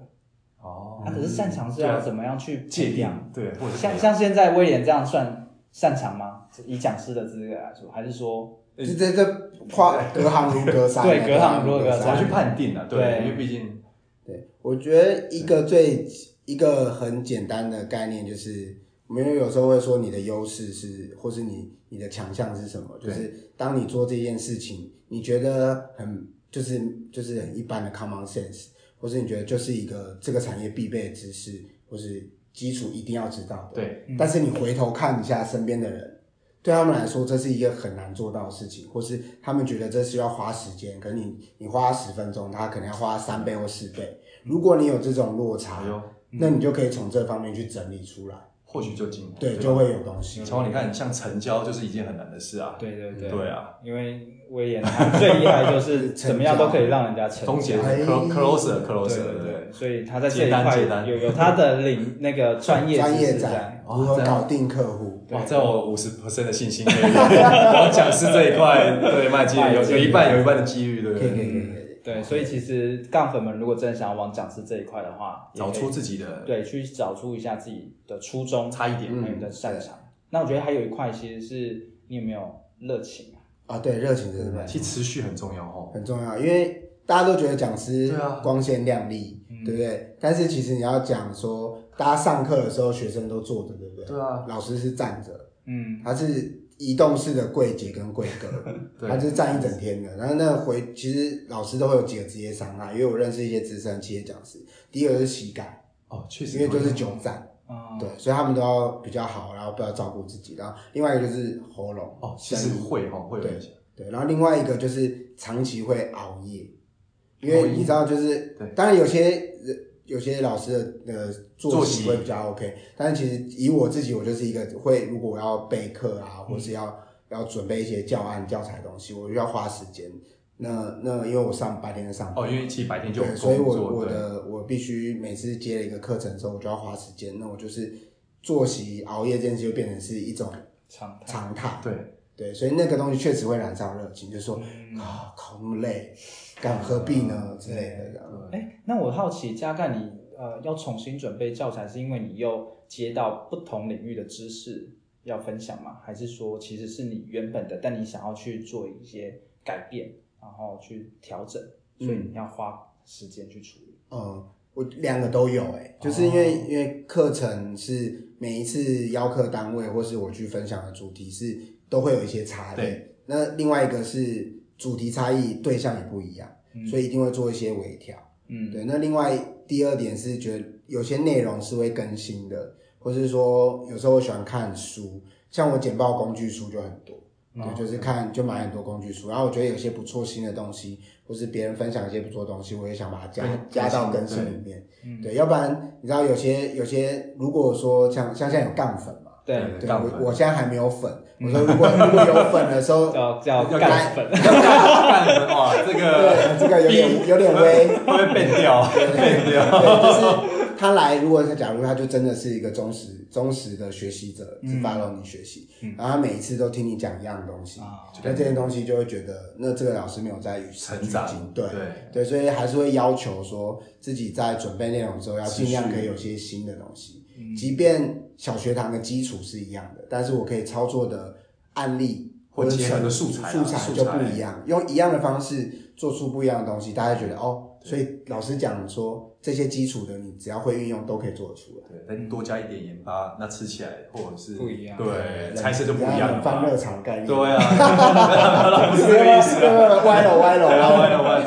哦
那、，可是擅长是
对
要
啊
怎么样去
界
培
定
养？
对，或者是
像
培养
像现在威廉这样算擅长吗？以讲师的资格来说，还是说
这这这跨隔行如隔山，欸
对隔行如隔山
怎么去判定啊？对，
对
因为毕竟
对，我觉得一个最一个很简单的概念就是，我们有时候会说你的优势是，或是你你的强项是什么？
对
就是当你做这件事情，你觉得很就是就是很一般的 common sense，或是你觉得就是一个这个产业必备的知识，或是基础一定要知道的。
对
但是你回头看一下身边的人，对他们来说，这是一个很难做到的事情，或是他们觉得这是要花时间，可是你你花十分钟，他可能要花三倍或四倍。如果你有这种落差，
哎呦
那你就可以从这方面去整理出来，
或许就进步，
对，
吧
就会有东西。
乔王，你看，像成交就是一件很难的事啊。
对对对，
对啊，
因为威廉他最厉害就是 怎么样都可以让人家成
终结
交
clo-
哎
closer
对对
closer，对
对，
对。
所以他在这一
接单
块
接单
有有他的领那个专业
专
知
业
识在
展。如何搞定客户，
哇，在我五十 percent 的信 心里面，我讲师这一块，对卖机率有有一半有一半的机遇，对不
可以可以
对？
可以可以。
对，所以其实杠粉们如果真的想要往讲师这一块的话，也可
找
以
出自己的
对去找出一下自己的初衷，
差异点
还有你的擅长。那我觉得还有一块其实是你有没有热情啊？
啊，对，热情真的
其实持续很重要哦。
很重要，因为大家都觉得讲师
对啊嗯
光鲜亮丽，对不对？但是其实你要讲说，大家上课的时候学生都坐着，对不对？
对啊，
老师是站着，
嗯，
他是移动式的柜姐跟柜 哥，
对
他是站一整天的。然后那回其实老师都会有几个职业伤害，因为我认识一些资深企业讲师，第一个是膝盖，
哦，确实
因为就是哦久站，
啊，
对，所以他们都要比较好，然后不要照顾自己。然后另外一个就是喉咙，
哦，其实会哈，会有影响。
对，然后另外一个就是长期会熬夜，因为你知道，就是
对
当然有些人有些老师的呃作
作
息
息
会比较 OK，但是其实以我自己，我就是一个会如果我要备课啊，或
嗯
是要、要准备一些教案教材的东西，我就要花时间。那那因为我上白天上班，
哦，因为其实白天就有
对，所以
工
我
作，
我
对，
的我必须每次接了一个课程之后，我就要花时间，那我就是作息熬夜这件事就变成是一种
常态。
常态。
对，
对，所以那个东西确实会燃烧热情，就
嗯
说啊，考那么累，干何必呢之类的这样。
哎，那我好奇加盖你呃要重新准备教材，是因为你又接到不同领域的知识要分享吗？还是说其实是你原本的，但你想要去做一些改变，然后去调整，所以你要花时间去处理？
嗯，我两个都有哎、就是因为、因为课程是每一次邀课单位或是我去分享的主题是都会有一些差异
对，
那另外一个是主题差异，对象也不一样，所以一定会做一些微调。
嗯，
对，那另外第二点是觉得有些内容是会更新的，或是说有时候我喜欢看书，像我简报工具书就很多，
哦
对，就是看就买很多工具书，然后我觉得有些不错新的东西，或是别人分享一些不错的东西，我也想把它加
更
加到更
更
新
新
里面，
嗯
对，要不然你知道有些有些如果说像像现在有杠粉嘛，
对，
对
杠
我
粉
我现在还没有粉，我说如果如果有粉的时 候，
叫叫
要
干粉，
干什么？哇，这
对
个
这个有点有点微。
会不会变掉？ 变掉。
对，就是他来，如果他假如他就真的是一个忠实忠实的学习者，
嗯
只 follow 你学习，然后他每一次都听你讲一样的东西，
啊
那这些东西就会觉得，那这个老师没有在与时
成
俱
长
进，对
对
所以还是会要求说自己在准备内容之后，要尽量可以有些新的东西，即便小学堂的基础是一样的，但是我可以操作的案例。
或
者
结合的素
素
材啊
材
素
就
材
不一样，用一样的方式做出不一样的东西，大家觉得哦，所以老师讲说这些基础的，你只要会运用都可以做得出来。
对，再多加一点盐巴，那吃起来或者是
不一样
对，菜色就不一样了
冷饭热
嘛。
炒概念。
对啊， 不是这个意思啊。
对歪了歪了
对
歪
啊，
了。
歪了歪了歪了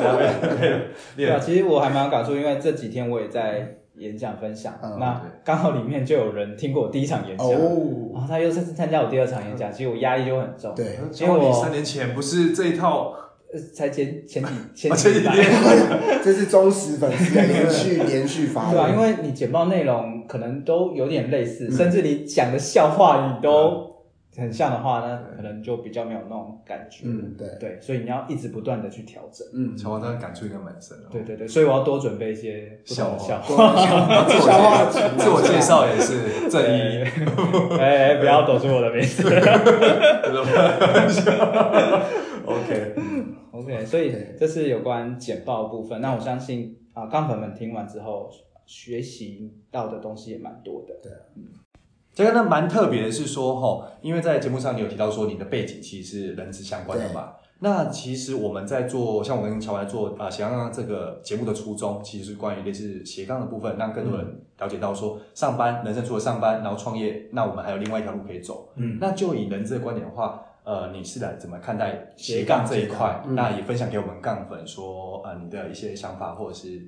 对了，
对啊，其实我还蛮有感触，因为这几天我也在演讲分享，
嗯
那
对
刚好里面就有人听过我第一场演讲，然
哦，
后他又再次参加我第二场演讲，其实我压力就会很重。
对，
结果你三年前不是这一套，
呃，才前前几前
啊前几
天，
天
啊
这是忠实粉丝的连续连续发
对啊，
文。
因为你简报内容可能都有点类似，甚至你讲的笑话你都很像的话，那可能就比较没有那种感觉。
嗯，对，
对，所以你要一直不断的去调整。
嗯，
乔王当然感触应该蛮深的。
对对对，所以我要多准备一些不同的笑
笑
话。
自
自我
话
介自我介绍也是正 义，
哎，哎不要抖出我的名字。
OK，
OK，所以
对
这是有关简报的部分。那我相信啊，杠粉们听完之后学习到的东西也蛮多的。
这个呢蛮特别的是说哈，因为在节目上你有提到说你的背景其实是人资相关的嘛。那其实我们在做，像我跟乔白做啊、呃斜杠这个节目的初衷，其实是关于类似斜杠的部分，让更多人了解到说，上班人生除了上班，然后创业，那我们还有另外一条路可以走。
嗯
那就以人资的观点的话，呃，你是来怎么看待斜
斜
杠
杠
这一块
斜？杠嗯
那也分享给我们杠粉说，呃，你的一些想法或者是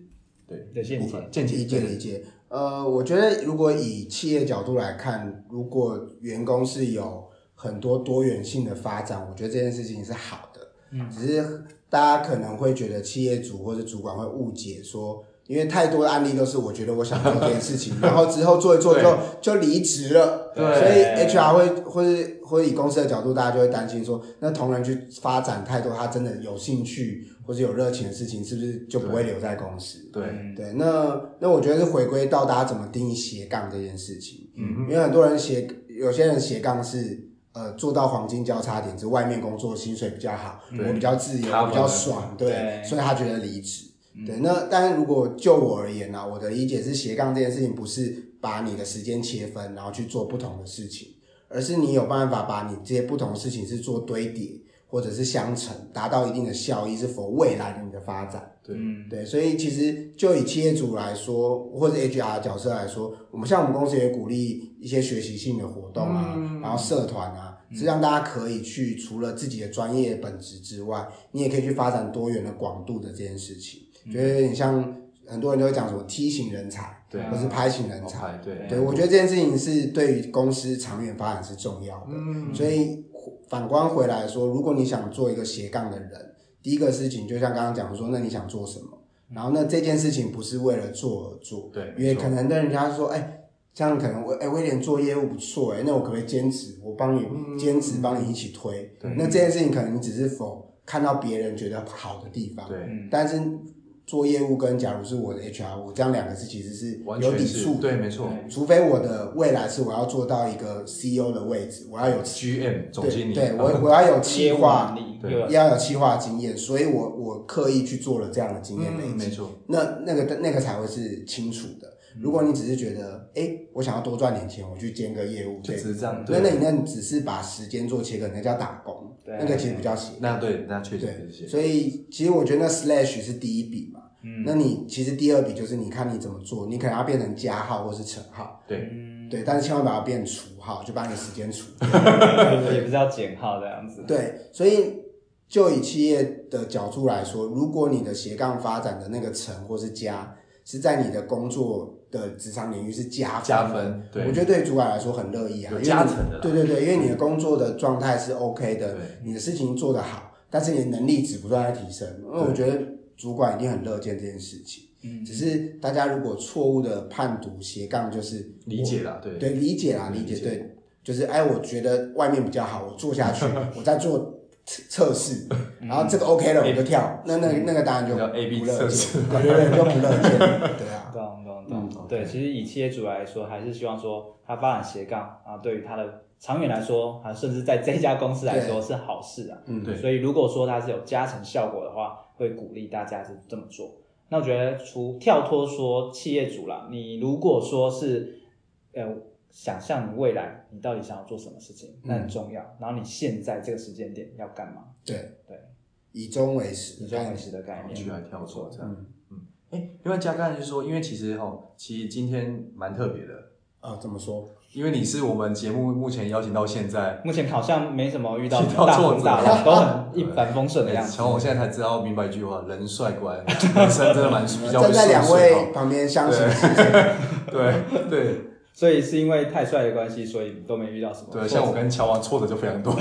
对
的见解
部分见解
理解理解。呃，我觉得如果以企业角度来看，如果员工是有很多多元性的发展，我觉得这件事情是好的。嗯，只是大家可能会觉得企业主或者主管会误解说，因为太多的案例都是我觉得我想做这件事情，然后之后做一做就就离职了。
对
所以 HR 会或者或者以公司的角度，大家就会担心说，那同仁去发展太多他真的有兴趣或者有热情的事情，是不是就不会留在公司？
对，
对，那那我觉得是回归到大家怎么定义斜杠这件事情，
嗯
因为很多人斜，有些人斜杠是呃做到黄金交叉点，就是外面工作薪水比较好，
对
我比较自由，
嗯他
我比较
们
爽，对，
对
所以他觉得离职。
嗯
对，那但如果就我而言呢、啊我的理解是斜杠这件事情不是把你的时间切分，然后去做不同的事情，而是你有办法把你这些不同的事情是做堆叠或者是相乘，达到一定的效益，是否未来的你的发展。
对
嗯，
对，所以其实就以企业主来说，或者 HR 角色来说，我们像我们公司也鼓励一些学习性的活动啊，
嗯
然后社团啊，是让大家可以去除了自己的专业本职之外，你也可以去发展多元的广度的这件事情，
嗯
觉得有点像很多人都会讲什么梯形人才，
对啊
或是拍型人才，
，OK，对，哦
对我觉得这件事情是对于公司长远发展是重要的。
嗯，
所以反观回来说，如果你想做一个斜杠的人，第一个事情就像刚刚讲说，那你想做什么？然后那这件事情不是为了做而做，
对
因
没
为
错
可能跟人家说，哎、这样可能我哎威廉做业务不错哎、那我可不可以兼职？我帮
嗯
你兼职，帮你一起推。那这件事情可能你只是否看到别人觉得好的地方，
对，
嗯
但是做业务跟假如是我的 HR，我这样两个字其实是
完
有
全
抵
是
触，
对，没错
除非我的未来是我要做到一个 CEO 的位置，我要有
，GM 总经
对
理，啊
对，我我要有 企
业务能
划，
力
对
又有
要有企划经验，所以我我刻意去做了这样的经验累
嗯，
积，
没错，嗯
那那个那个才会是清楚的。如果你只是觉得，哎、我想要多赚点钱，我去兼个业务，
就
对
只，是这样，
那那你
对，
那你只是把时间做切割，那叫打工，
对
那个其实比较斜。
那对，那确实是嗯
对，
这些，
所以其实我觉得那 slash 是第一笔嘛，那你其实第二笔就是你看你怎么做，你可能要变成加号或是乘号，
对，
对，但是千万不要变除号，就把你时间除掉。
也不是要减号这样子。
对，所以就以企业的角度来说，如果你的斜杠发展的那个层或是加是在你的工作的职场领域是加分
加分，对，
我觉得对主管来说很乐意啊，
有
因为
加
你
成的啦嗯
对对对，因为你的工作的状态是 OK 的
对，
你的事情做得好，但是你的能力值不断在提升。因为我觉得主管一定很乐见这件事情。嗯，只是大家如果错误的判读斜杠就是
理解啦，对，
对，理解啦，理解对，就是哎，我觉得外面比较好，我做 下去，我再做测测试，
嗯
然后这个 OK 了，我就跳，那那那个当然就
叫 A/B
不乐
测
见
试，
对对对，就不乐见，对 啊，
懂懂
嗯
懂。
，OK
对，其实以企业主来说，还是希望说他发展斜杠啊，对于他的长远来说啊，甚至在这家公司来说是好事啊。
嗯
对
所以如果说它是有加成效果的话，会鼓励大家是这么做。那我觉得除跳脱说企业主啦，你如果说是呃想象你未来你到底想要做什么事情，那很重要。然后你现在这个时间点要干嘛？
对
对，
以终为始，
以终为始的概
我
念，
去来跳脱这样
嗯，
嗯，哎，另外加刚才就是说，因为其实哈，其实今天蛮特别的，
啊，怎么说？
因为你是我们节目目前邀请到现在。
目前好像没什么遇到
遇到
大
挫
风
折
大浪，都很一帆风顺的样
哎
子。
从我现在才知道明白一句话：人帅乖， 人生真的蛮比较
站
不
在
顺
两
遂
位
哦
旁边相信
对
是
对 对
所以是因为太帅的关系，所以都没遇到什么挫折。
对，像我跟乔王挫折就非常多。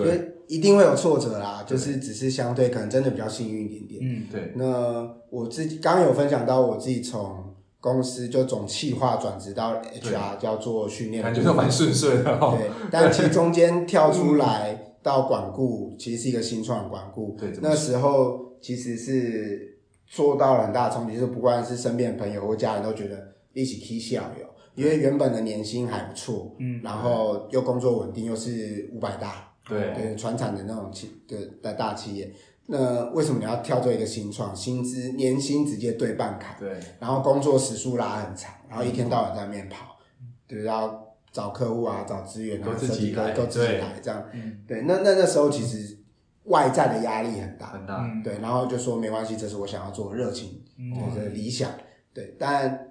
对
是一定会有挫折啦，就是只是相对可能真的比较幸运一点点。
嗯
对
那我自己刚刚有分享到，我自己从公司就总企划转职到 HR 叫做训
对，
练，
感觉都蛮顺遂的哦。
对，但其实中间跳出来到管顾，其实是一个新创管顾。
对怎么
那时候其实是做到了很大的冲击，就是不管是身边的朋友或家人都觉得一起 K 笑哟，因为原本的年薪还不错，
嗯
然后又工作稳定，又是五百大，
对
对，传产的那种企的的大企业，那为什么你要跳做一个新创，薪资年薪直接对半砍，
对
然后工作时数拉很长，然后一天到晚在那边跑，
嗯
对，然后找客户啊，找资源啊，
都自己
设计哥
来
都自己
对
来这样，
嗯
对，那那那时候其实外在的压力很大，
很大。
嗯
对，然后就说没关系，这是我想要做的热情，
嗯
我的理想，对，但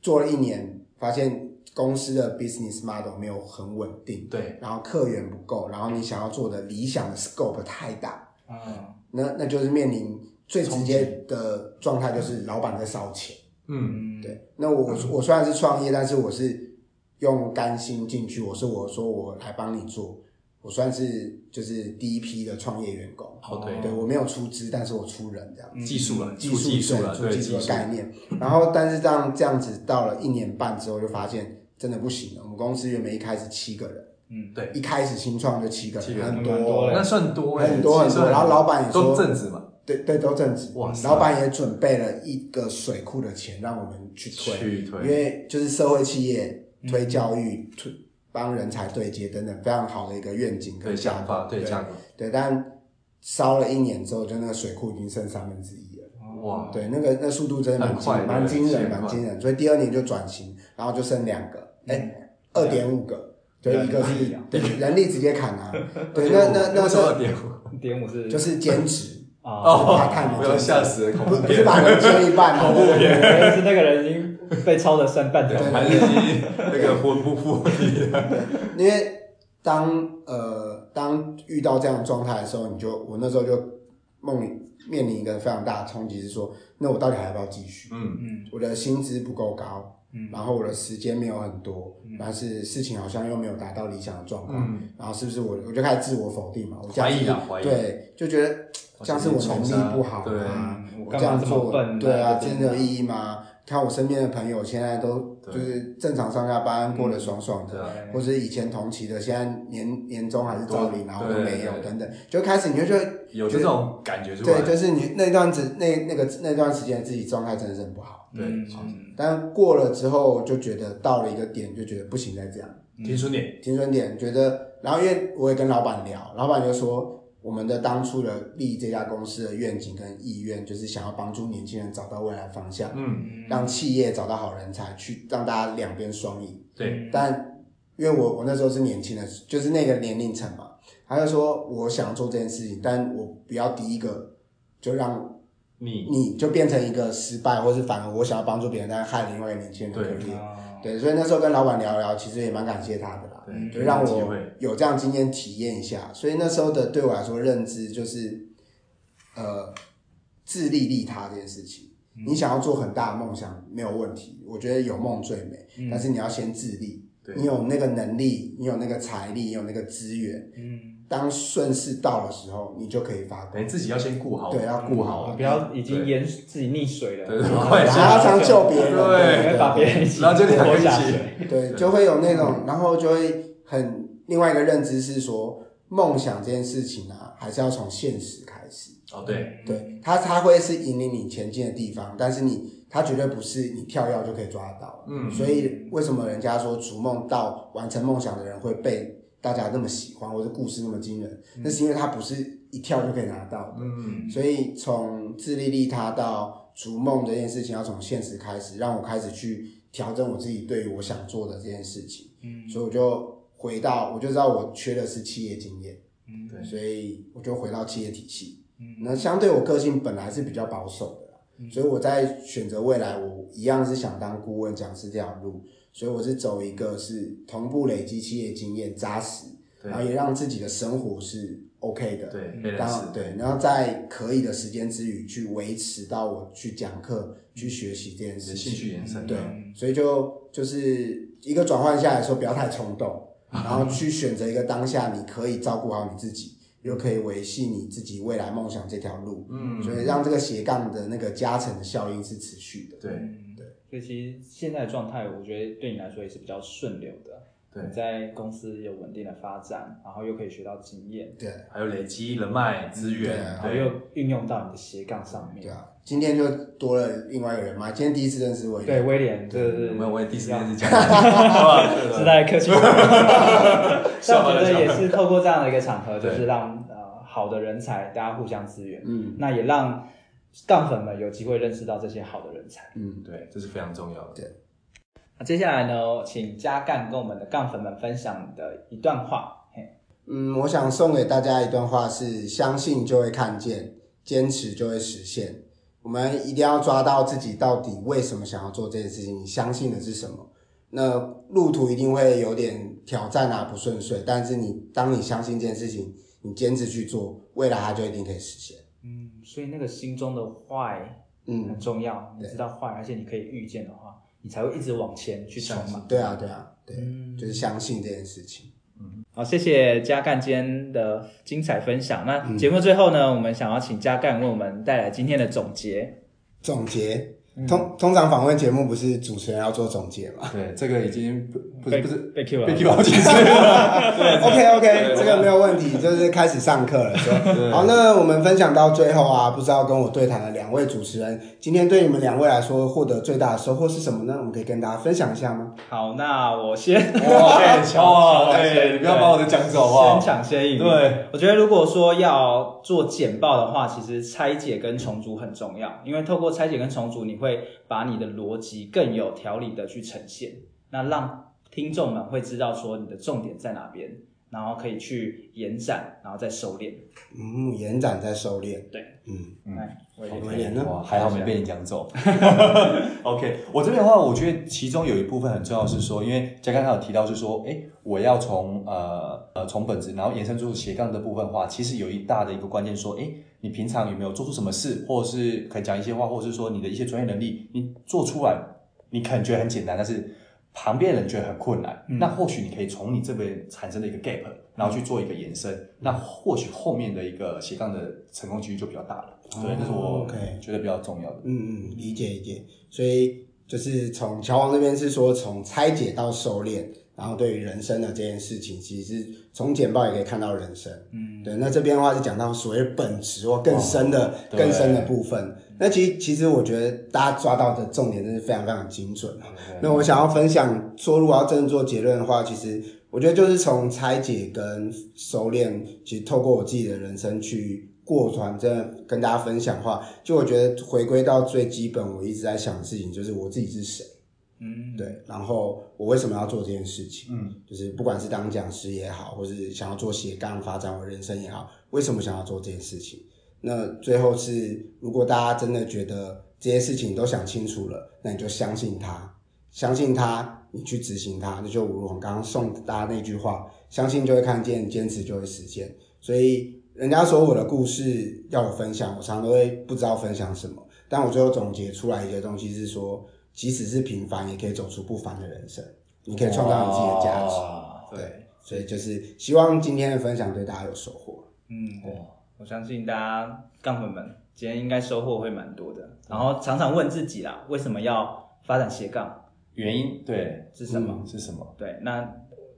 做了一年，发现公司的 business model 没有很稳定，
对
然后客源不够，然后你想要做的理想的 scope 太大，
嗯
那那就是面临最直接的状态就是老板在烧钱。
嗯
嗯，
对，那我我虽然是创业，但是我是用甘心进去，我是我说我来帮你做，我算是就是第一批的创业员工。
哦对
对我没有出资，但是我出人这样子。
技术了，
嗯技
出技术了，
对出
对
技
技
术的
术，
概念。然后，但是这样这样子到了一年半之后，就发现真的不行了。我们公司原本一开始七个人，
嗯，
对
一开始新创就七个
七
人，
个人
很
蛮多
多
的
那算多欸
很多很
其实
多。然后老板也
都
说，
正职嘛，
对对，都正职
哇。塞
老板也准备了一个水库的钱让我们去推，
去
因
推，
为就是社会企业
嗯
推教育、推帮人才对接等等，非常好的一个愿景
对
跟
想法，对
对
价格，
对，但烧了一年之后，就那个水库已经剩三分之一了。
哇
哦对，那个那速度真的蛮惊
哦很快嗯
蛮惊
对
人，蛮惊人。所以第二年就转型，然后就剩两个，哎，二点五个，就一个
哎
是
人力啊
对人力直接砍啊， 对，那那那
时候
那
点五
点五是
就是 兼职，
啊，
哦
哦
怕看，你
不要吓死了，恐
不
怖
不是
片，
把人切一半啊，对对对
原来是那个人已经被抽了剩半头
对，
还是一那个魂不附体，
因为当呃当遇到这样的状态的时候，你就我那时候就梦里面临一个非常大的冲击，是说，那我到底还要不要继续？
嗯，
嗯
我的薪资不够高，
嗯
然后我的时间没有很多，
嗯
但是事情好像又没有达到理想的状况，
嗯
然后是不是我我就开始自我否定嘛？我这
怀
样
疑
子
啊，怀疑，
对，就觉得
我
这样是我能
是
力不好
对
啊，
嗯我
我这
干嘛
样
这么
做
笨？
对啊，
这
真
样
的有意义吗？看我身边的朋友现在都
对
就是正常上下班，过得爽爽的，
对啊，
或者以前同期的，现在年年终还是照领，然后都
对
没有
对
等等，就开始你就觉得
有这种感觉出来
对，，就是你那段子那那个那段时间自己状态真的是很不好。
对
嗯
好
嗯
但过了之后就觉得到了一个点，就觉得不行再这样，
停损点，
停损点，觉得然后因为我也跟老板聊，老板就说我们的当初的立这家公司的愿景跟意愿，就是想要帮助年轻人找到未来方向，
嗯，
嗯
让企业找到好人才，去让大家两边双赢。
对，
但因为我我那时候是年轻的，就是那个年龄层嘛，他就说我想做这件事情，但我不要第一个就让
你
你就变成一个失败，或是反而我想要帮助别人，但害另外一个年轻人的
对
能力。
啊
对，所以那时候跟老板聊聊，其实也蛮感谢他的啦，
对，
就让
有机
我
会
有这样经验体验一下。所以那时候的对我来说认知就是，呃，自利利他这件事情。
嗯
你想要做很大的梦想没有问题，我觉得有梦最美，
嗯
但是你要先自立。
对
你有那个能力，你有那个财力，你有那个资源，
嗯，
当顺势到的时候，你就可以发
等
光
于。哎自己要先顾好，
对要顾好
不要已经淹自己溺水了，
对
然后
快
还要常救别人，
对
还会把别人一起
然后就两个
拖
一
下
起
水。
对对，就会有那种，然后就会很另外一个认知是说，梦想这件事情啊，还是要从现实开始。
哦，对，
对，它它会是引领你前进的地方，但是你它绝对不是你跳跃就可以抓得到。
嗯
所以为什么人家说逐梦到完成梦想的人会被大家那么喜欢，或者故事那么惊人？那是因为他不是一跳就可以拿到的。
嗯，
所以从自利利他到逐梦这件事情，要从现实开始，让我开始去调整我自己对于我想做的这件事情。
嗯
所以我就回到，我就知道我缺的是企业经验，
嗯
对
所以我就回到企业体系。
嗯
那相对我个性本来是比较保守的啦，
嗯
所以我在选择未来，我一样是想当顾问讲师这条路，所以我是走一个是同步累积企业经验扎实，
对
然后也让自己的生活是 OK 的，
对，
嗯
黑人
然
是
后，对，然后在可以的时间之余去维持到我去讲课、去学习这件
你的
事
兴
情，
趣延伸，
对
嗯，
所以就就是一个转换下来说，不要太 冲动，然后去选择一个当下你可以照顾好你自己，又可以维系你自己未来梦想这条路。
嗯，
所以让这个斜杠的那个加成的效应是持续的。
对
嗯所以其实现在的状态，我觉得对你来说也是比较顺流的。
对
你在公司有稳定的发展，然后又可以学到经验，
对啊
还有累积人脉资源，
嗯
然后
对，
又运用到你的斜杠上面。
对啊，今天就多了另外一个人嘛，今天第一次认识我，
对，威廉，这是
没有，我也第四
要
件事讲，哇 对
时
对
代客气。但
笑
我
话
觉
的
得
笑话
也是透过这样的一个场合，就
对
是让呃好的人才大家互相支援，
嗯
那也让杠粉们有机会认识到这些好的人才。
嗯，
对，这是非常重要的，
那接下来呢，请加干跟我们的杠粉们分享的一段话。嘿
嗯，我想送给大家一段话是：相信就会看见，坚持就会实现。我们一定要抓到自己到底为什么想要做这件事情，你相信的是什么？那路途一定会有点挑战啊，不顺遂，但是你当你相信这件事情，你坚持去做，未来它就一定可以实现。
嗯，所以那个心中的坏
嗯
很，重要，你
对
嗯知道坏，而且你可以预见的话，你才会一直往前去冲嘛。
对啊，对啊，对，
嗯
就是相信这件事情。
好，谢谢加干今天的精彩分享。
嗯
那节目最后呢，我们想要请加干为我们带来今天的总结。
总结，通通常访问节目不是主持人要做总结吗
对，这个已经不不
被
是不是
被 Q 了
被 Q 好几次 了。
？OK OK，这个没有问题，就是开始上课了。说好，那我们分享到最后啊，不知道跟我对谈的两位主持人，今天对你们两位来说获得最大的收获是什么呢？我们可以跟大家分享一下吗？
好，那我先，
哇，
先
哇，
先
哦哎，你不要把我的讲走啊
先！抢先赢。
对，
我觉得如果说要做简报的话，其实拆解跟重组很重要，因为透过拆解跟重组，你会把你的逻辑更有条理的去呈现，那让听众们会知道说你的重点在哪边，然后可以去延展，然后再收敛。
嗯，延展在收敛。
对，
嗯，
来，哎我
好可怜啊
哇，还好没被你讲走。OK，我这边的话，我觉得其中有一部分很重要是说，因为嘉刚刚有提到是说，哎，我要从呃呃从本质，然后延伸出斜杠的部分的话，其实有一大的一个关键说，哎，你平常有没有做出什么事，或者是肯讲一些话，或者是说你的一些专业能力，你做出来，你可能觉得很简单，但是旁边人觉得很困难，
嗯
那或许你可以从你这边产生的一个 gap，然后去做一个延
嗯
伸，那或许后面的一个斜杠的成功几率就比较大了。对，这是
哦
我
，OK
觉得比较重要的。
嗯嗯，理解理解。所以就是从乔王这边是说从拆解到收敛，然后对于人生的这件事情，其实是从简报也可以看到人生。嗯，对。那这边的话是讲到所谓本质或更深的、
对
更深的部分。那其实其实我觉得大家抓到的重点真是非常非常精准啊。那我想要分享说，如果要真的做结论的话，其实我觉得就是从拆解跟收敛，其实透过我自己的人生去过团，真的跟大家分享的话，就我觉得回归到最基本，我一直在想的事情就是我自己是谁，
嗯，
对，然后我为什么要做这件事情，
嗯，
就是不管是当讲师也好，或是想要做斜杠发展我人生也好，为什么想要做这件事情？那最后是，如果大家真的觉得这些事情都想清楚了，那你就相信它，相信它，你去执行它，那就如我刚刚送大家那句话，相信就会看见，坚持就会实现。所以人家说我的故事要我分享，我常常都会不知道分享什么，但我最后总结出来一些东西是说，即使是平凡，也可以走出不凡的人生，你可以创造你自己的价值。
值
对，所以就是希望今天的分享对大家有收获。
嗯，对，我相信大家杠粉们今天应该收获会蛮多的，然后常常问自己啦，为什么要发展斜杠
原因对
是什么？
是什
嗯
么？
对，那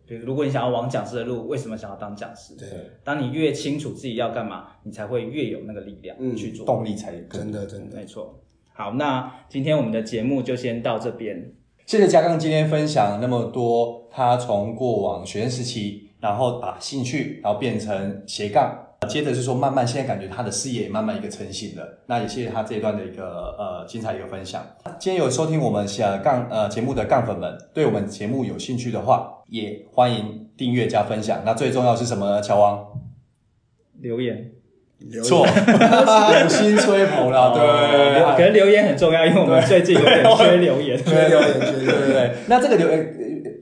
比如如果你想要往讲师的路，为什么想要当讲师？
对，
当你越清楚自己要干嘛，你才会越有那个力量
嗯
去做。
动力才更
真的真的，
没错。好，那今天我们的节目就先到这边。
谢谢嘉刚今天分享那么多，他从过往学生时期，然后把兴趣，然后变成斜杠，接着是说慢慢现在感觉他的事业也慢慢一个成型了。那也谢谢他这一段的一个呃精彩一个分享。今天有收听我们斜杠呃节目的杠粉们，对我们节目有兴趣的话，也欢迎订阅加分享。那最重要是什么呢？乔王
留言，
留 言
错，五星吹捧了， 对，
可能留言很重要，因为我们最近有点缺留言。
缺留言，缺留
对对
言。
对，那这个留呃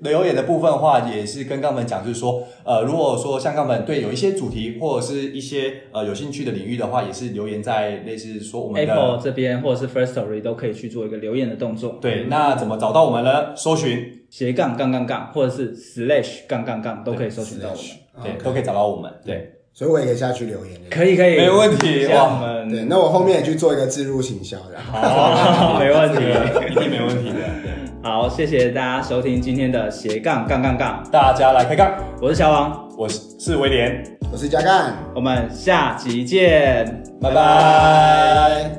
留言的部分的话，也是跟杠们讲，就是说，呃，如果说像杠们对有一些主题或者是一些呃有兴趣的领域的话，也是留言在类似说我们的
Apple 这边或者是 First Story 都可以去做一个留言的动作，
对，那怎么找到我们呢？搜寻
斜杠杠杠杠，或者是 slash 杠杠杠都可以搜寻到我们。
对
OK
都可以找到我们，对，
所以我也可以下去留言。
可以可以，
没问题哦
像我
哇
们
对，那我后面也去做一个自入行销的。
好， 没问题。
对，一定没问题的，
好，谢谢大家收听今天的斜杠杠杠杠，
大家来开杠，
我是小王，
我是是威廉，
我是加干，
我们下集见。
拜拜